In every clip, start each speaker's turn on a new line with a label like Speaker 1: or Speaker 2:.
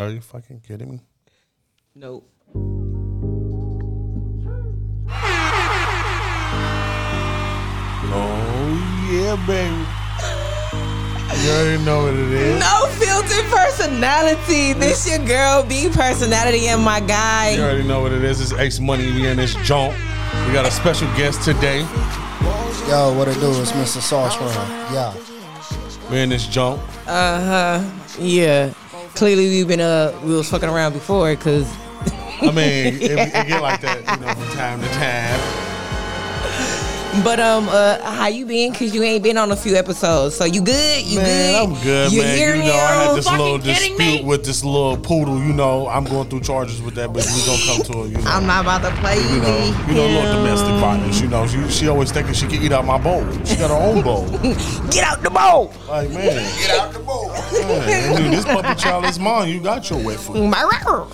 Speaker 1: Are you fucking kidding me?
Speaker 2: Nope.
Speaker 1: Oh yeah, baby. You already know what it is.
Speaker 2: No filter personality. This your girl B personality and my
Speaker 1: You
Speaker 2: guy.
Speaker 1: already know what it is. It's Ace Money. We in this joint. We got a special guest today.
Speaker 3: Yo, what it do? It's Mr. Sauce Runner. Yeah.
Speaker 1: We in this joint.
Speaker 2: Yeah. Clearly we've been uh we was fucking around before because
Speaker 1: I mean, it, it get like that, you know, from time to time.
Speaker 2: but um uh how you been? Cause you ain't been on a few episodes. So you good? You
Speaker 1: Man,
Speaker 2: good?
Speaker 1: I'm good,
Speaker 2: you
Speaker 1: man.
Speaker 2: hear
Speaker 1: You
Speaker 2: me
Speaker 1: know, I had
Speaker 2: out?
Speaker 1: this
Speaker 2: Fucking
Speaker 1: little
Speaker 2: kidding
Speaker 1: dispute
Speaker 2: me?
Speaker 1: with this little poodle. You know, I'm going through charges with that, but we gonna come to it. You know.
Speaker 2: I'm not about to play
Speaker 1: you
Speaker 2: you.
Speaker 1: know, you know, little domestic violence. You know, she, she always thinking she can eat out my bowl. She got her own bowl.
Speaker 2: Get out the bowl.
Speaker 1: Like man, get out the bowl. Man, dude, this puppy child is mine. You got your wet food.
Speaker 2: My rapper.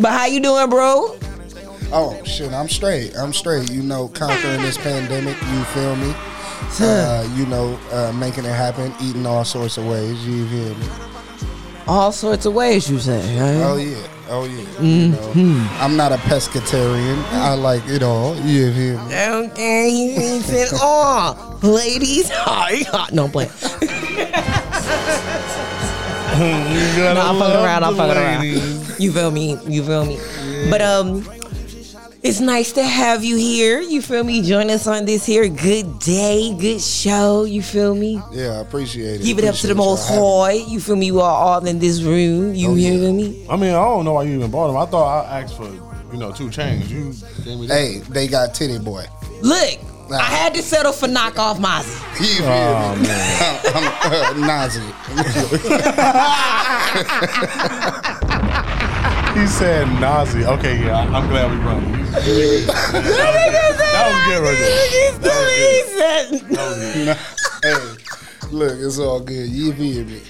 Speaker 2: But how you doing, bro?
Speaker 3: Oh shit, I'm straight. I'm straight. You know, conquering this pandemic. You feel me? Uh, you know, uh, making it happen, eating all sorts of ways. You feel me?
Speaker 2: Mm-hmm. All sorts of ways you say.
Speaker 1: Uh,
Speaker 3: Oh yeah. Oh yeah. You
Speaker 2: Mm-hmm.
Speaker 3: know, I'm not a pescatarian. I like it all. You feel me?
Speaker 2: Okay, he said, "Oh, ladies, hi, hot." No, I'm playing.
Speaker 1: You gotta
Speaker 2: No, I'm
Speaker 1: love
Speaker 2: fucking around. I'm
Speaker 1: the
Speaker 2: fucking around.
Speaker 1: ladies.
Speaker 2: You feel me? You feel me? But um, it's nice to have you here. You feel me? Join us on this here good day, good show. You feel me?
Speaker 3: Yeah, I appreciate it.
Speaker 2: Give it up to the
Speaker 3: Appreciate y'all
Speaker 2: most
Speaker 3: having me.
Speaker 2: high. You feel me? You are all in this room. You
Speaker 3: Oh,
Speaker 2: hear
Speaker 3: yeah.
Speaker 2: me?
Speaker 1: I mean, I don't know why you even bought them. I thought I asked for, you know, two chains. You gave me that.
Speaker 3: Hey, they got titty boy.
Speaker 2: Look,
Speaker 3: Nah.
Speaker 2: I had to settle for knockoff Mozzie.
Speaker 3: You feel
Speaker 1: Oh,
Speaker 3: me? I'm, uh, nauseous.
Speaker 1: He said Nazi. Okay, yeah, I- I'm glad we brought him. That was good right there.
Speaker 2: Look, it's the reason.
Speaker 1: That was good.
Speaker 3: hey, look, it's all good. You feel me?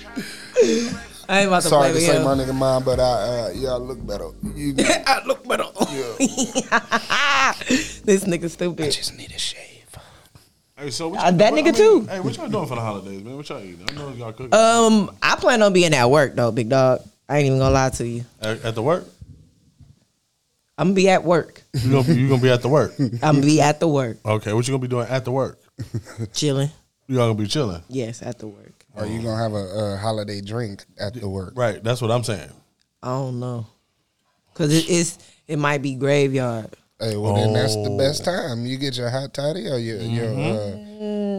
Speaker 2: I ain't about to
Speaker 3: Sorry
Speaker 2: play
Speaker 3: to
Speaker 2: with
Speaker 3: say
Speaker 2: him.
Speaker 3: my nigga mine, but I uh, y'all look better. You
Speaker 2: I look better. this nigga stupid.
Speaker 3: just need a shave.
Speaker 1: Hey, so what
Speaker 2: Uh, that nigga too.
Speaker 1: Hey, what y'all doing for the holidays, man? What y'all eating? I know y'all cooking
Speaker 2: Um, I plan on being at work though, big dog. I ain't even gonna lie to you.
Speaker 1: at, at the work.
Speaker 2: I'm gonna be at work.
Speaker 1: You gonna, you gonna be at the work?
Speaker 2: I'm gonna be at the work,
Speaker 1: Okay, what you gonna be doing at the work?
Speaker 2: chilling.
Speaker 1: Y'all gonna be chilling,
Speaker 2: Yes, at the work.
Speaker 3: Are you gonna have a, a holiday drink at the work?
Speaker 1: right? That's what I'm saying.
Speaker 2: I don't know, cause it is. It might be graveyard.
Speaker 3: Hey, well then that's
Speaker 2: Oh.
Speaker 3: the best time. You get your hot toddy or your
Speaker 1: Mm-hmm.
Speaker 3: your. Uh,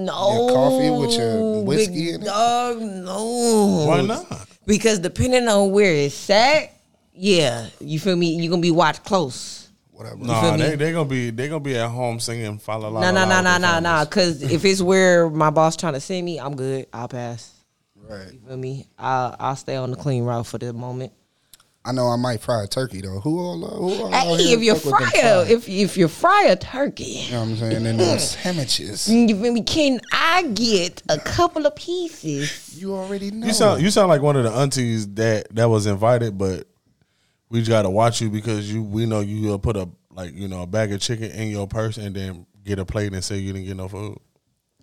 Speaker 2: No
Speaker 3: coffee with your whiskey
Speaker 2: big
Speaker 3: in it?
Speaker 2: Dog, no.
Speaker 1: Why not?
Speaker 2: Because depending on where it's at, yeah, you feel me. You gonna be watched close.
Speaker 3: Whatever.
Speaker 1: Nah,
Speaker 2: feel me?
Speaker 1: they they gonna be they gonna be at home singing fa la la. la
Speaker 2: No,
Speaker 1: la
Speaker 2: no, no,
Speaker 1: with
Speaker 2: no,
Speaker 1: their
Speaker 2: no, no.
Speaker 1: families.
Speaker 2: Cause if it's where my boss trying to send me, I'm good. I'll pass.
Speaker 3: Right.
Speaker 2: Feel me? I'll I'll stay on the clean route for the moment.
Speaker 3: I know I might fry a turkey though. Who all? uh, Who all out
Speaker 2: Hey,
Speaker 3: here
Speaker 2: if you
Speaker 3: fuck with
Speaker 2: fry
Speaker 3: them fries?
Speaker 2: a if if you fry a turkey,
Speaker 3: you know what I'm saying, and them sandwiches.
Speaker 2: you feel me? Can I get a couple of pieces?
Speaker 3: You already know.
Speaker 1: You sound you sound like one of the aunties that that was invited, but we just gotta watch you because you we know you will put a like you know a bag of chicken in your purse and then get a plate and say you didn't get no food.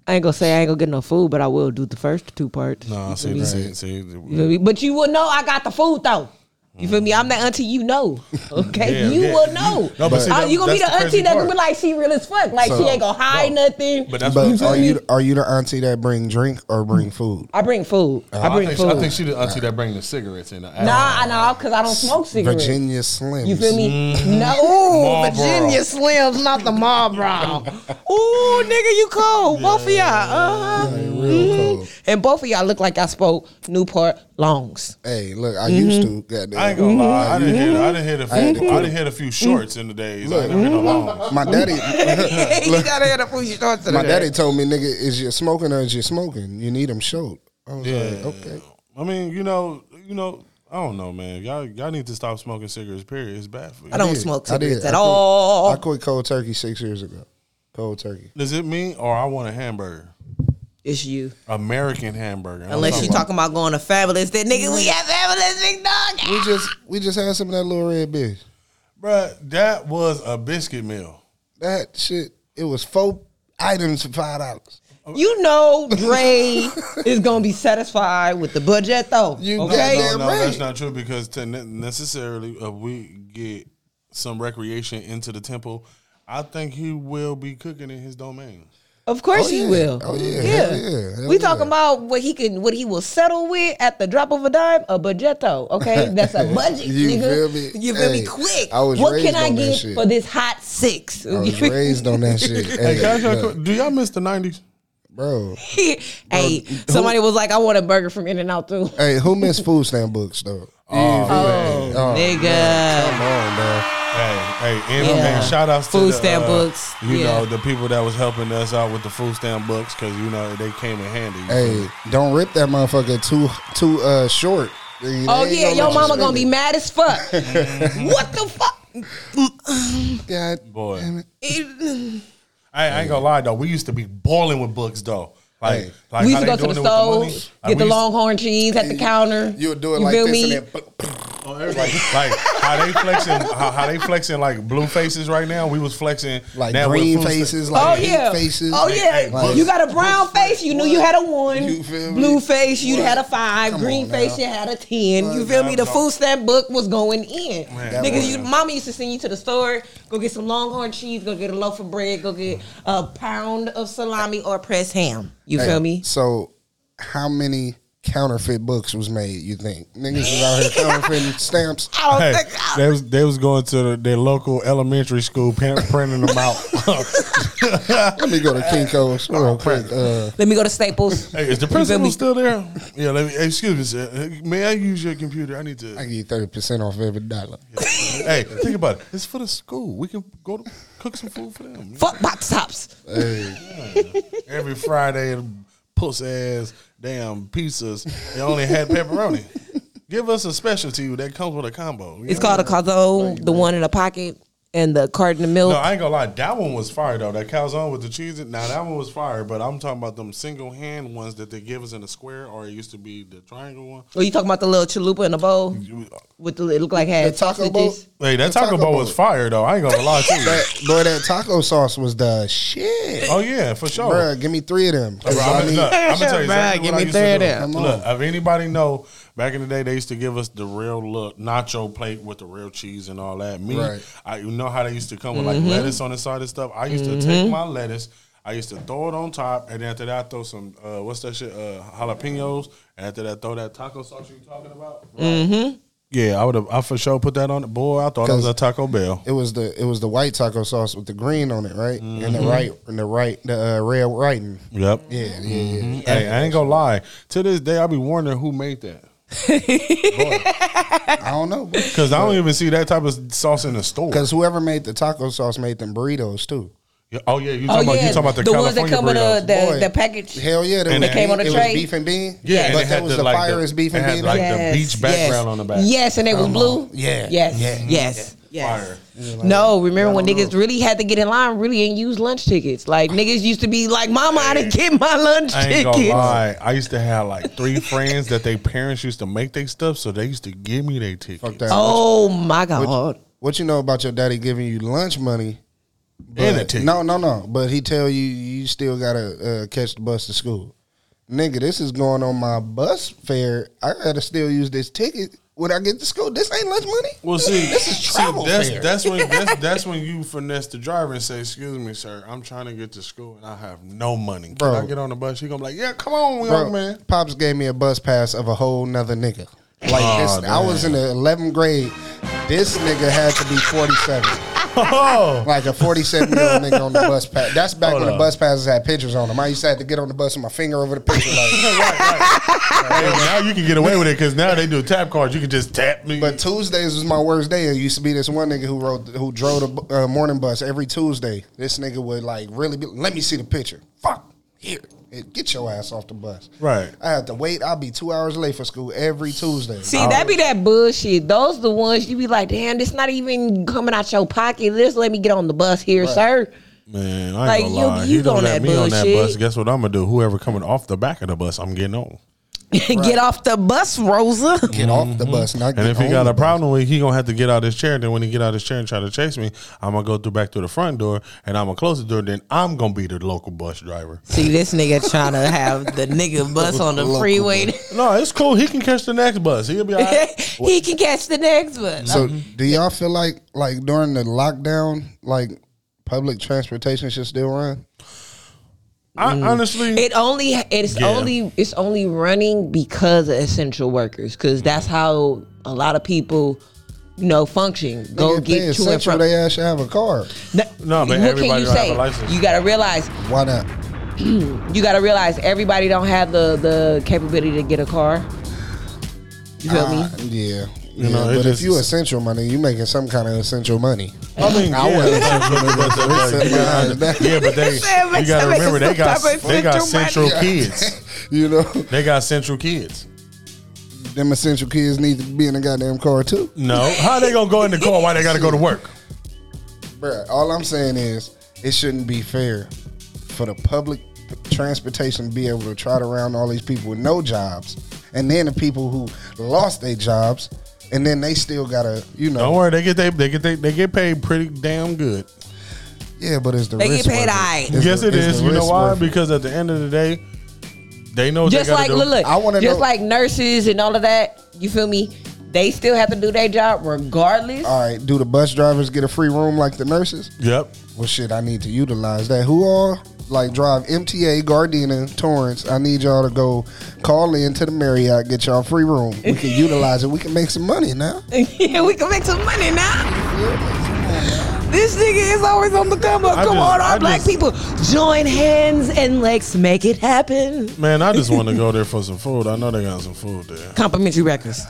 Speaker 2: I ain't gonna say I ain't gonna get no food, but I will do the first two parts.
Speaker 1: Nah,
Speaker 2: You
Speaker 1: see,
Speaker 2: feel me?
Speaker 1: see, see,
Speaker 2: You feel me? But you will know I got the food though. You feel me? I'm the auntie you know. Okay,
Speaker 1: Yeah,
Speaker 2: you
Speaker 1: yeah.
Speaker 2: will know.
Speaker 1: No, but see,
Speaker 2: Uh,
Speaker 1: that-
Speaker 2: you gonna be
Speaker 1: that's
Speaker 2: the
Speaker 1: the
Speaker 2: auntie
Speaker 1: crazy
Speaker 2: that gonna
Speaker 1: part.
Speaker 2: be like she real as fuck, like she
Speaker 3: So-
Speaker 2: ain't gonna hide nothing.
Speaker 1: But that's
Speaker 3: But
Speaker 1: what
Speaker 3: are you are you the auntie that bring drink or bring food?
Speaker 2: I bring food. I
Speaker 1: I,
Speaker 2: bring
Speaker 1: think,
Speaker 2: food.
Speaker 1: I think she the auntie that bring the cigarettes in. The
Speaker 2: nah, I know because I don't smoke cigarettes.
Speaker 3: Virginia Slims.
Speaker 2: You feel me? No, ooh,
Speaker 1: Marlboro.
Speaker 2: Virginia Slims, not the Marlboro. ooh, nigga, you cold. Both of y'all. Uh-huh.
Speaker 3: Real cold.
Speaker 2: And both of y'all look like I spoke Newport Longs.
Speaker 3: Hey, look, I used to.
Speaker 2: Mm-hmm.
Speaker 3: Goddamn.
Speaker 1: I ain't gonna lie, I didn't hear I didn't hear the few,
Speaker 3: had to
Speaker 1: I
Speaker 3: quit.
Speaker 1: didn't hear a few shorts in the days. I didn't hear
Speaker 2: Mm-hmm.
Speaker 1: no long.
Speaker 3: My daddy,
Speaker 2: you gotta have the food you start
Speaker 3: my daddy told me, nigga, is you smoking or is you smoking? You need them short. I was like, okay.
Speaker 1: I mean, you know, you know, I don't know, man. Y'all y'all need to stop smoking cigarettes. Period. It's bad for you.
Speaker 2: I don't
Speaker 3: did.
Speaker 2: smoke
Speaker 3: I did.
Speaker 2: cigarettes
Speaker 3: I
Speaker 2: at
Speaker 3: quit.
Speaker 2: all.
Speaker 3: I quit cold turkey six years ago. Cold turkey.
Speaker 1: Does it mean or I want a hamburger?
Speaker 2: it's you.
Speaker 1: American hamburger. I
Speaker 2: Unless
Speaker 1: don't
Speaker 2: you
Speaker 1: know.
Speaker 2: talking about going to Fabulous, then nigga, we have Fabulous Big Dog.
Speaker 3: We just we just had some of that little red bitch.
Speaker 1: Bruh, that was a biscuit meal.
Speaker 3: That shit. It was four items for five dollars.
Speaker 2: You know, Dre is gonna be satisfied with the budget though.
Speaker 3: You
Speaker 2: okay,
Speaker 1: No,
Speaker 3: goddamn-
Speaker 1: no,
Speaker 3: right.
Speaker 1: that's not true because to ne- necessarily uh, we get some recreation into the temple. I think he will be cooking in his domain.
Speaker 2: of course
Speaker 3: Oh,
Speaker 2: he
Speaker 3: yeah.
Speaker 2: will.
Speaker 3: Oh, yeah.
Speaker 2: yeah.
Speaker 3: Hell, yeah. Hell,
Speaker 2: we talking
Speaker 3: yeah.
Speaker 2: about what he can, what he will settle with at the drop of a dime, a budgetto. Okay, that's a budget.
Speaker 3: You
Speaker 2: nigga.
Speaker 3: feel me?
Speaker 2: You feel
Speaker 3: Hey,
Speaker 2: me? Quick.
Speaker 3: I was
Speaker 2: what
Speaker 3: raised
Speaker 2: can I
Speaker 3: on that
Speaker 2: get
Speaker 3: shit.
Speaker 2: for this hot six?
Speaker 3: I was raised on that shit. Hey,
Speaker 1: Hey, can I ask y'all a
Speaker 3: look,
Speaker 1: que- do y'all miss the nineties?
Speaker 3: bro.
Speaker 2: hey, somebody was like, I want a burger from In and Out too.
Speaker 3: Hey, who missed food stamp books though?
Speaker 2: Oh, nigga. Oh,
Speaker 3: Come on, Oh, man.
Speaker 1: Hey, hey, and
Speaker 2: Yeah.
Speaker 1: man, shout outs to
Speaker 2: Food
Speaker 1: the,
Speaker 2: stamp
Speaker 1: uh,
Speaker 2: books.
Speaker 1: You
Speaker 2: Yeah.
Speaker 1: know the people that was helping us out with the food stamp books because you know they came in handy.
Speaker 3: Hey, don't rip that motherfucker too too uh short. You know,
Speaker 2: Oh
Speaker 3: they
Speaker 2: yeah,
Speaker 3: ain't
Speaker 2: your
Speaker 3: let you
Speaker 2: mama
Speaker 3: spend
Speaker 2: gonna be
Speaker 3: it.
Speaker 2: mad as fuck. what the fuck?
Speaker 3: God
Speaker 1: Boy.
Speaker 3: damn it.
Speaker 2: It-
Speaker 1: I, I ain't gonna lie though, we used to be boiling with books though. Like,
Speaker 3: Hey.
Speaker 1: like
Speaker 2: we
Speaker 1: how
Speaker 2: used
Speaker 1: they
Speaker 2: to go to the
Speaker 1: doing it with the
Speaker 2: store,
Speaker 1: money. Like,
Speaker 2: get the
Speaker 1: we used-
Speaker 2: longhorn cheese at the counter.
Speaker 3: You'll do it
Speaker 2: You
Speaker 3: like
Speaker 2: feel
Speaker 3: this
Speaker 2: me?
Speaker 3: and then
Speaker 1: like, like how they flexing, how, how they flexing like blue faces right now. We was flexing
Speaker 3: like
Speaker 1: now with
Speaker 3: green
Speaker 1: food stamp-
Speaker 3: faces,
Speaker 2: Oh
Speaker 3: like pink
Speaker 2: yeah.
Speaker 3: faces.
Speaker 2: Oh yeah.
Speaker 1: hey, books-
Speaker 2: you got a brown face, you knew you had a one.
Speaker 3: You feel me?
Speaker 2: Blue face, you
Speaker 3: What?
Speaker 2: had a five.
Speaker 3: Come
Speaker 2: Green
Speaker 3: on
Speaker 2: face,
Speaker 3: now.
Speaker 2: you had a ten. you feel me? The food stamp book was going in.
Speaker 1: Man.
Speaker 2: Niggas, you,
Speaker 1: That was-
Speaker 2: mama used to send you to the store, go get some longhorn cheese, go get a loaf of bread, go get a pound of salami or pressed ham. You feel me?
Speaker 3: So, how many counterfeit books was made? You think niggas is out here counterfeiting stamps?
Speaker 2: I don't
Speaker 1: Hey,
Speaker 2: think I-
Speaker 1: they was they was going to the, their local elementary school pin- printing them out.
Speaker 3: Let me go to Kinko's real quick. Uh,
Speaker 2: Let me go to Staples.
Speaker 1: hey, is the
Speaker 2: feel
Speaker 1: principal
Speaker 2: me?
Speaker 1: still there? Yeah. Let me, excuse me, sir. Uh, May I use your computer? I need to.
Speaker 3: I give you thirty percent off every dollar.
Speaker 1: hey, think about it. It's for the school. We can go to cook some food for them.
Speaker 2: Fuck box tops.
Speaker 1: Every Friday, puss ass damn pizzas. They only had pepperoni. Give us a specialty that comes with a combo.
Speaker 2: It's called a calzone, the one in the pocket and the card in the milk.
Speaker 1: No, I ain't gonna lie. That one was fire though. That calzone with the cheese. in- Now that one was fire. But I'm talking about them single hand ones that they give us in a square, or it used to be the triangle one.
Speaker 2: Or you talking about the little chalupa in the bowl with the it look like had
Speaker 3: The taco boat,
Speaker 2: sausages?
Speaker 1: Hey, that Taco,
Speaker 3: Taco
Speaker 1: Bell
Speaker 3: Bell.
Speaker 1: was fire though. I ain't gonna lie to you.
Speaker 3: that, boy, that taco sauce was the shit.
Speaker 1: Oh yeah, for sure.
Speaker 3: Bruh, give me three of them. 'Cause
Speaker 1: Bro,
Speaker 3: I
Speaker 1: I'm,
Speaker 3: need-
Speaker 1: look, I'm gonna tell you
Speaker 2: Bruh,
Speaker 1: exactly
Speaker 2: give
Speaker 1: what I
Speaker 2: me
Speaker 1: used to
Speaker 2: third
Speaker 1: do.
Speaker 2: up.
Speaker 3: Come
Speaker 1: Look, if anybody know, back in the day, they used to give us the real look nacho plate with the real cheese and all that. Me,
Speaker 3: Right.
Speaker 1: I you know how they used to come with
Speaker 2: Mm-hmm.
Speaker 1: like lettuce on the side and stuff. I used to take my lettuce, I used to throw it on top, and after that, I throw some uh, what's that shit, uh, jalapenos, and after that, throw that taco sauce you talking about. Mm-hmm. Yeah, I would have. I for sure put that on it. Boy, I thought it was a Taco Bell.
Speaker 3: It was the it was the white taco sauce with the green on it, right? And
Speaker 1: Mm-hmm.
Speaker 3: the right and the right the uh, red writing.
Speaker 1: Yep.
Speaker 3: Yeah, yeah, yeah.
Speaker 1: Mm-hmm. Hey, I ain't gonna lie. To this day, I be wondering who made that.
Speaker 3: I don't know,
Speaker 1: Cause I don't even see that type of sauce in the store.
Speaker 3: because whoever made the taco sauce made them burritos too.
Speaker 1: Yeah, Oh yeah, you talking about you talking about the, California
Speaker 2: ones that come in
Speaker 1: burritos.
Speaker 2: the, the,
Speaker 3: Boy.
Speaker 2: the package.
Speaker 3: Hell yeah,
Speaker 1: And
Speaker 3: was
Speaker 1: they came
Speaker 3: beef-
Speaker 2: on a
Speaker 3: it
Speaker 2: tray?
Speaker 3: was beef and bean.
Speaker 1: yeah, and it
Speaker 3: but
Speaker 1: had
Speaker 3: that was
Speaker 1: the,
Speaker 3: the
Speaker 1: like,
Speaker 3: firest beef
Speaker 1: it
Speaker 3: and
Speaker 1: had,
Speaker 3: bean.
Speaker 1: Like
Speaker 3: on it.
Speaker 1: the beach background on the back.
Speaker 2: Yes, and they was blue.
Speaker 3: Yeah,
Speaker 2: Yes.
Speaker 3: yeah.
Speaker 2: Yes. Yes.
Speaker 1: Fire.
Speaker 2: no, remember when niggas really had to get in line, really and use lunch tickets. Like niggas used to be like, "Mama, I didn't get my lunch
Speaker 1: I ain't gonna
Speaker 2: tickets."
Speaker 1: lie. I used to have like three friends that they parents used to make they stuff, so they used to give me their tickets.
Speaker 3: Fuck that.
Speaker 2: Oh my god!
Speaker 3: What you know about your daddy giving you lunch money?
Speaker 1: And a
Speaker 3: but-
Speaker 1: ticket.
Speaker 3: No, no, no. But he tell you you still gotta uh, catch the bus to school. Nigga, this is going on my bus fare. I gotta still use this ticket when I get to school. This ain't lunch money.
Speaker 1: Well, see,
Speaker 3: this is
Speaker 1: see,
Speaker 3: travel
Speaker 1: that's,
Speaker 3: fare.
Speaker 1: that's when that's, that's when you finesse the driver and say, "Excuse me, sir, I'm trying to get to school and I have no money. Can
Speaker 3: Bro.
Speaker 1: I get on the bus?" He gonna be like, "Yeah, come on,
Speaker 3: Bro,
Speaker 1: young man."
Speaker 3: Pops gave me a bus pass of a whole nother nigga. Like
Speaker 1: Aw,
Speaker 3: this, I was in the 11th grade. This nigga had to be 47.
Speaker 1: Oh,
Speaker 3: Like a 47 year old nigga on the bus pass. That's back
Speaker 1: Hold
Speaker 3: when
Speaker 1: up.
Speaker 3: the bus passes had pictures on them. I used to have to get on the bus with my finger over the picture. Like,
Speaker 1: hey, now you can get away with it because now they do tap cards. You can just tap me.
Speaker 3: but Tuesdays was my worst day. It used to be this one nigga who rode, who drove the bu- uh, morning bus every Tuesday. This nigga would like really be, let me see the picture. Fuck here, Hey, get your ass off the bus.
Speaker 1: Right.
Speaker 3: I had to wait. I'll be two hours late for school every Tuesday.
Speaker 2: See, that be that bullshit. Those the ones you be like, "Damn, this not even coming out your pocket. Just let me get on the bus here, sir."
Speaker 1: Man, I
Speaker 2: Like,
Speaker 1: ain't gonna
Speaker 2: you-
Speaker 1: lie.
Speaker 2: you
Speaker 1: he don't
Speaker 2: on
Speaker 1: let
Speaker 2: that
Speaker 1: me on that
Speaker 2: bullshit.
Speaker 1: bus. Guess what I'm gonna do? Whoever coming off the back of the bus, I'm getting on.
Speaker 2: Get off the bus, Rosa.
Speaker 3: Get off the bus. Not
Speaker 1: Mm-hmm. And
Speaker 3: get
Speaker 1: if he
Speaker 3: on
Speaker 1: got
Speaker 3: the
Speaker 1: a
Speaker 3: bus.
Speaker 1: problem with, it, he gonna have to get out of his chair. And then when he get out of his chair and try to chase me, I'm gonna go through back through the front door, and I'm gonna close the door. Then I'm gonna be the local bus driver.
Speaker 2: See this nigga trying to have the nigga bus on the
Speaker 3: Local
Speaker 2: freeway.
Speaker 1: No, it's cool. He can catch the next bus. He'll be all right.
Speaker 2: he can catch the next bus.
Speaker 3: So do y'all feel like like during the lockdown, like public transportation should still run?
Speaker 1: I honestly,
Speaker 2: It only it's
Speaker 1: Yeah.
Speaker 2: only it's only running because of essential workers because that's
Speaker 1: Mm-hmm.
Speaker 2: how a lot of people you know function go
Speaker 3: If they
Speaker 2: get to and
Speaker 3: essential,
Speaker 2: from.
Speaker 3: They ass should have a car.
Speaker 1: No, but
Speaker 2: what can
Speaker 1: everybody
Speaker 2: you
Speaker 1: don't have
Speaker 2: say?
Speaker 1: a license.
Speaker 2: You gotta realize
Speaker 3: Why not?
Speaker 2: Mm-hmm. you gotta realize everybody don't have the the capability to get a car. You feel me?
Speaker 3: Uh, yeah.
Speaker 1: You
Speaker 3: Yeah,
Speaker 1: know, it
Speaker 3: but
Speaker 1: just-
Speaker 3: if you essential money, you making some kind of essential money.
Speaker 1: I mean,
Speaker 3: I
Speaker 1: yeah,
Speaker 3: wouldn't-
Speaker 1: that's what it was,
Speaker 3: Said my
Speaker 1: that's
Speaker 3: eyes back.
Speaker 1: what- yeah, but they,
Speaker 2: Said my
Speaker 1: you gotta
Speaker 2: stomach
Speaker 1: remember
Speaker 2: is
Speaker 1: they got
Speaker 2: so
Speaker 1: they got
Speaker 2: central
Speaker 1: central kids.
Speaker 3: You know,
Speaker 1: They got central kids.
Speaker 3: them essential kids need to be in a goddamn car too.
Speaker 1: No, how they gonna go in the car? Why they gotta go to work?
Speaker 3: Bruh, all I'm saying is it shouldn't be fair for the public transportation to be able to trot around all these people with no jobs, and then the people who lost their jobs, and then they still gotta, you know,
Speaker 1: Don't worry, they get they they get they, they get paid pretty damn good.
Speaker 3: yeah. But it's the
Speaker 2: They get
Speaker 3: risk
Speaker 2: paid
Speaker 3: worth it.
Speaker 2: aight.
Speaker 3: It's
Speaker 1: yes,
Speaker 3: the-
Speaker 1: it
Speaker 3: it's
Speaker 1: is.
Speaker 3: the
Speaker 1: You know
Speaker 3: risk
Speaker 1: why?
Speaker 3: worth it.
Speaker 1: Because at the end of the day, they know what
Speaker 2: just
Speaker 1: they gotta
Speaker 2: like
Speaker 1: do.
Speaker 2: look, look,
Speaker 3: I wanna
Speaker 2: just
Speaker 3: know-
Speaker 2: like nurses and all of that. You feel me? They still have to do their job regardless.
Speaker 1: Uh,
Speaker 3: all right, do the bus drivers get a free room like the nurses?
Speaker 1: Yep.
Speaker 3: Well, shit, I need to utilize that. Who all like drive MTA, Gardena, Torrance? I need y'all to go call in to the Marriott, get y'all free room. We can utilize it. We can make some money now.
Speaker 2: yeah, we can make some money now. This nigga is always on the come up.
Speaker 1: I
Speaker 2: Come
Speaker 1: just-
Speaker 2: on, our
Speaker 1: I
Speaker 2: black
Speaker 1: just-
Speaker 2: people, join hands and let's make it happen.
Speaker 1: Man, I just want to go there for some food. I know they got some food there.
Speaker 2: Complimentary breakfast.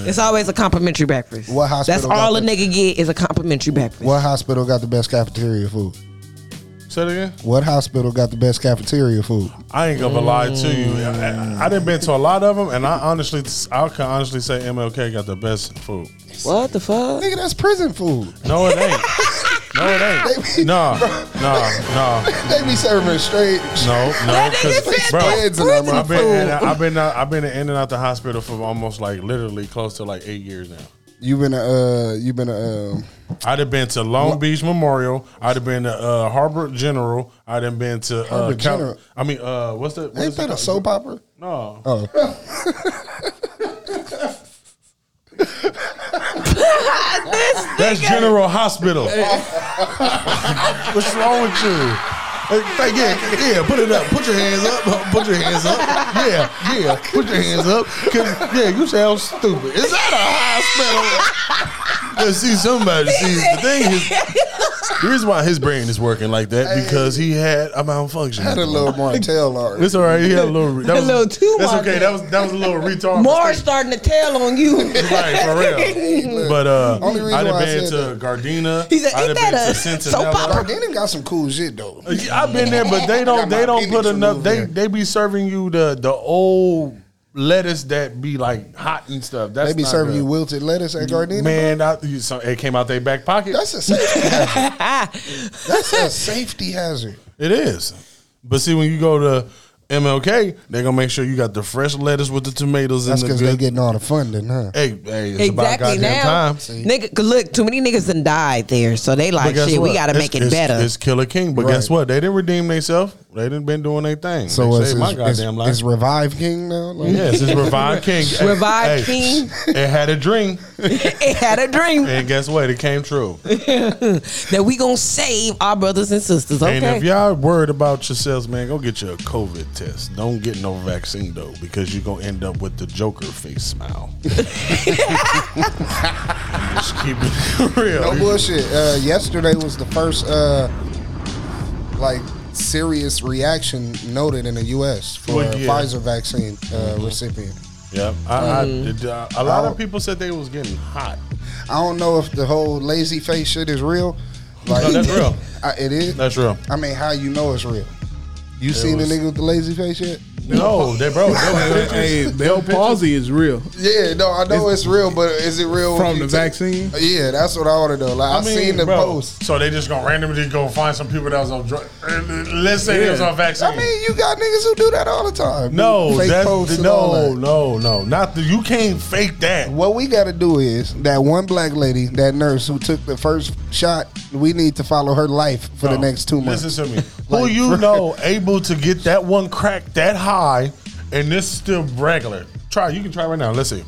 Speaker 2: It's always a complimentary breakfast.
Speaker 3: What hospital
Speaker 2: That's all a
Speaker 3: got that?
Speaker 2: nigga get is a complimentary breakfast.
Speaker 3: What hospital got the best cafeteria food?
Speaker 1: Say it again.
Speaker 3: What hospital got the best cafeteria food?
Speaker 1: I ain't gonna lie to you. I, I, I done been to a lot of them, and I honestly, I can honestly say MLK got the best food.
Speaker 2: What the fuck?
Speaker 3: Nigga, that's prison food.
Speaker 1: No, it ain't. No, it ain't. No, no, no,
Speaker 3: They be serving straight.
Speaker 1: no, no.
Speaker 2: That nigga
Speaker 1: 'cause,
Speaker 2: said
Speaker 1: bro,
Speaker 2: that.
Speaker 3: Heads in that
Speaker 1: I've been,
Speaker 3: motherfucker.
Speaker 1: in, I've been, out, I've been in and out the hospital for almost like literally close to like eight years now.
Speaker 3: You been a, uh, you been a, um,
Speaker 1: I'd have been to Long Beach Memorial. I'd have been to uh, Harbor General. I'd have been to uh,
Speaker 3: Harbor
Speaker 1: Cal-
Speaker 3: General.
Speaker 1: I mean, uh, what's that? what
Speaker 3: ain't
Speaker 1: is it
Speaker 3: that a
Speaker 1: called?
Speaker 3: soap opera?
Speaker 1: No, that's General Hospital. What's wrong with you? Hey, hey, yeah, yeah, put it up. Put your hands up. Put your hands up. Yeah, yeah, put your hands up. 'Cause, yeah, you sound stupid. Is that a hospital? Let's see somebody sees the thing. Is, the reason why his brain is working like that because he had a malfunction.
Speaker 3: Had a little Martell already.
Speaker 1: It's all right. He had a little. That was,
Speaker 2: little too
Speaker 1: That's
Speaker 2: wide
Speaker 1: okay.
Speaker 2: there.
Speaker 1: That was that was a little retard.
Speaker 2: More
Speaker 1: mistake.
Speaker 2: starting to tell on you.
Speaker 1: Right, for real. But uh,
Speaker 3: Only reason
Speaker 1: I'd have
Speaker 3: why I
Speaker 1: been
Speaker 3: said
Speaker 1: to
Speaker 3: that.
Speaker 1: Gardena.
Speaker 2: He said,
Speaker 1: I'd
Speaker 2: "Ain't
Speaker 1: have been
Speaker 2: that
Speaker 1: to
Speaker 2: a soap opera?"
Speaker 1: Centinela.
Speaker 3: Gardena got some cool shit though.
Speaker 1: I've been there, but they
Speaker 3: Got
Speaker 1: don't.
Speaker 3: my
Speaker 1: They don't put
Speaker 3: appendix
Speaker 1: enough. They
Speaker 3: removed
Speaker 1: they be serving you the the old lettuce that be like hot and stuff. That's
Speaker 3: They be
Speaker 1: not
Speaker 3: serving
Speaker 1: good.
Speaker 3: you wilted lettuce at Gardena.
Speaker 1: Man, I, you- so it came out their back pocket.
Speaker 3: That's a safety hazard. That's a safety hazard.
Speaker 1: It is. But see, when you go to MLK, they gonna make sure you got the fresh lettuce with the tomatoes
Speaker 3: That's
Speaker 1: and the
Speaker 3: because they
Speaker 1: good.
Speaker 3: getting all the funding, huh?
Speaker 1: hey, hey, it's about
Speaker 2: Exactly
Speaker 1: goddamn
Speaker 2: now,
Speaker 1: time.
Speaker 2: nigga. 'cause Look, too many niggas done died there, so they like
Speaker 1: guess
Speaker 2: shit. We
Speaker 1: what?
Speaker 2: gotta
Speaker 1: It's-
Speaker 2: make it
Speaker 1: it's-
Speaker 2: better.
Speaker 1: It's Killer King, but guess
Speaker 3: Right.
Speaker 1: what? They didn't redeem themselves. They didn't been doing their thing.
Speaker 3: So
Speaker 1: they
Speaker 3: it's,
Speaker 1: saved
Speaker 3: it's,
Speaker 1: my goddamn
Speaker 3: it's,
Speaker 1: life.
Speaker 3: it's Revive King now? Like,
Speaker 1: Yes, it's Revive King. Hey,
Speaker 2: Revive King.
Speaker 1: It had a dream,
Speaker 2: it had a dream
Speaker 1: and guess what? It came true.
Speaker 2: that we gonna save our brothers and sisters. Okay,
Speaker 1: And if y'all worried about yourselves, man, go get your COVID test. Don't get no vaccine though, because you're gonna end up with the Joker face smile. Just keep it real.
Speaker 3: No bullshit. Uh, yesterday was the first uh, like serious reaction noted in the U.S. for
Speaker 1: Well,
Speaker 3: a
Speaker 1: yeah.
Speaker 3: Pfizer vaccine uh,
Speaker 1: Mm-hmm.
Speaker 3: recipient.
Speaker 1: Yep. I, I,
Speaker 2: Mm.
Speaker 1: a lot
Speaker 3: I'll-
Speaker 1: of people said they was getting hot.
Speaker 3: I don't know if the whole lazy face shit is real. Like,
Speaker 1: No, that's real.
Speaker 3: I, it is.
Speaker 1: That's real.
Speaker 3: I mean, how you know it's real? You seen
Speaker 1: was-
Speaker 3: the nigga with the lazy face yet?
Speaker 1: No, they bro.
Speaker 4: hey, Bell palsy is real
Speaker 3: Yeah, no, I know it's, real, but is it real when
Speaker 4: from
Speaker 3: you
Speaker 4: the
Speaker 3: take-
Speaker 4: vaccine.
Speaker 3: Yeah, that's what I want to know. Like I, seen the post.
Speaker 1: So they just gonna randomly go find some people that was on drug. Let's say they was
Speaker 4: Yeah.
Speaker 1: on vaccine.
Speaker 3: I mean, you got niggas who do that all the time.
Speaker 1: no,
Speaker 3: Fake
Speaker 1: that's
Speaker 3: posts and all
Speaker 1: no,
Speaker 3: that.
Speaker 1: no, no, not the, you can't fake that.
Speaker 3: What we got to do is that one black lady, that nurse who took the first shot. We need to follow her life for the
Speaker 1: No.
Speaker 3: next two months.
Speaker 1: Listen to me. Who
Speaker 3: Like,
Speaker 1: you
Speaker 3: for-
Speaker 1: know able to get that one crack that high, and this still regular? Try. You can try right now. Let's see.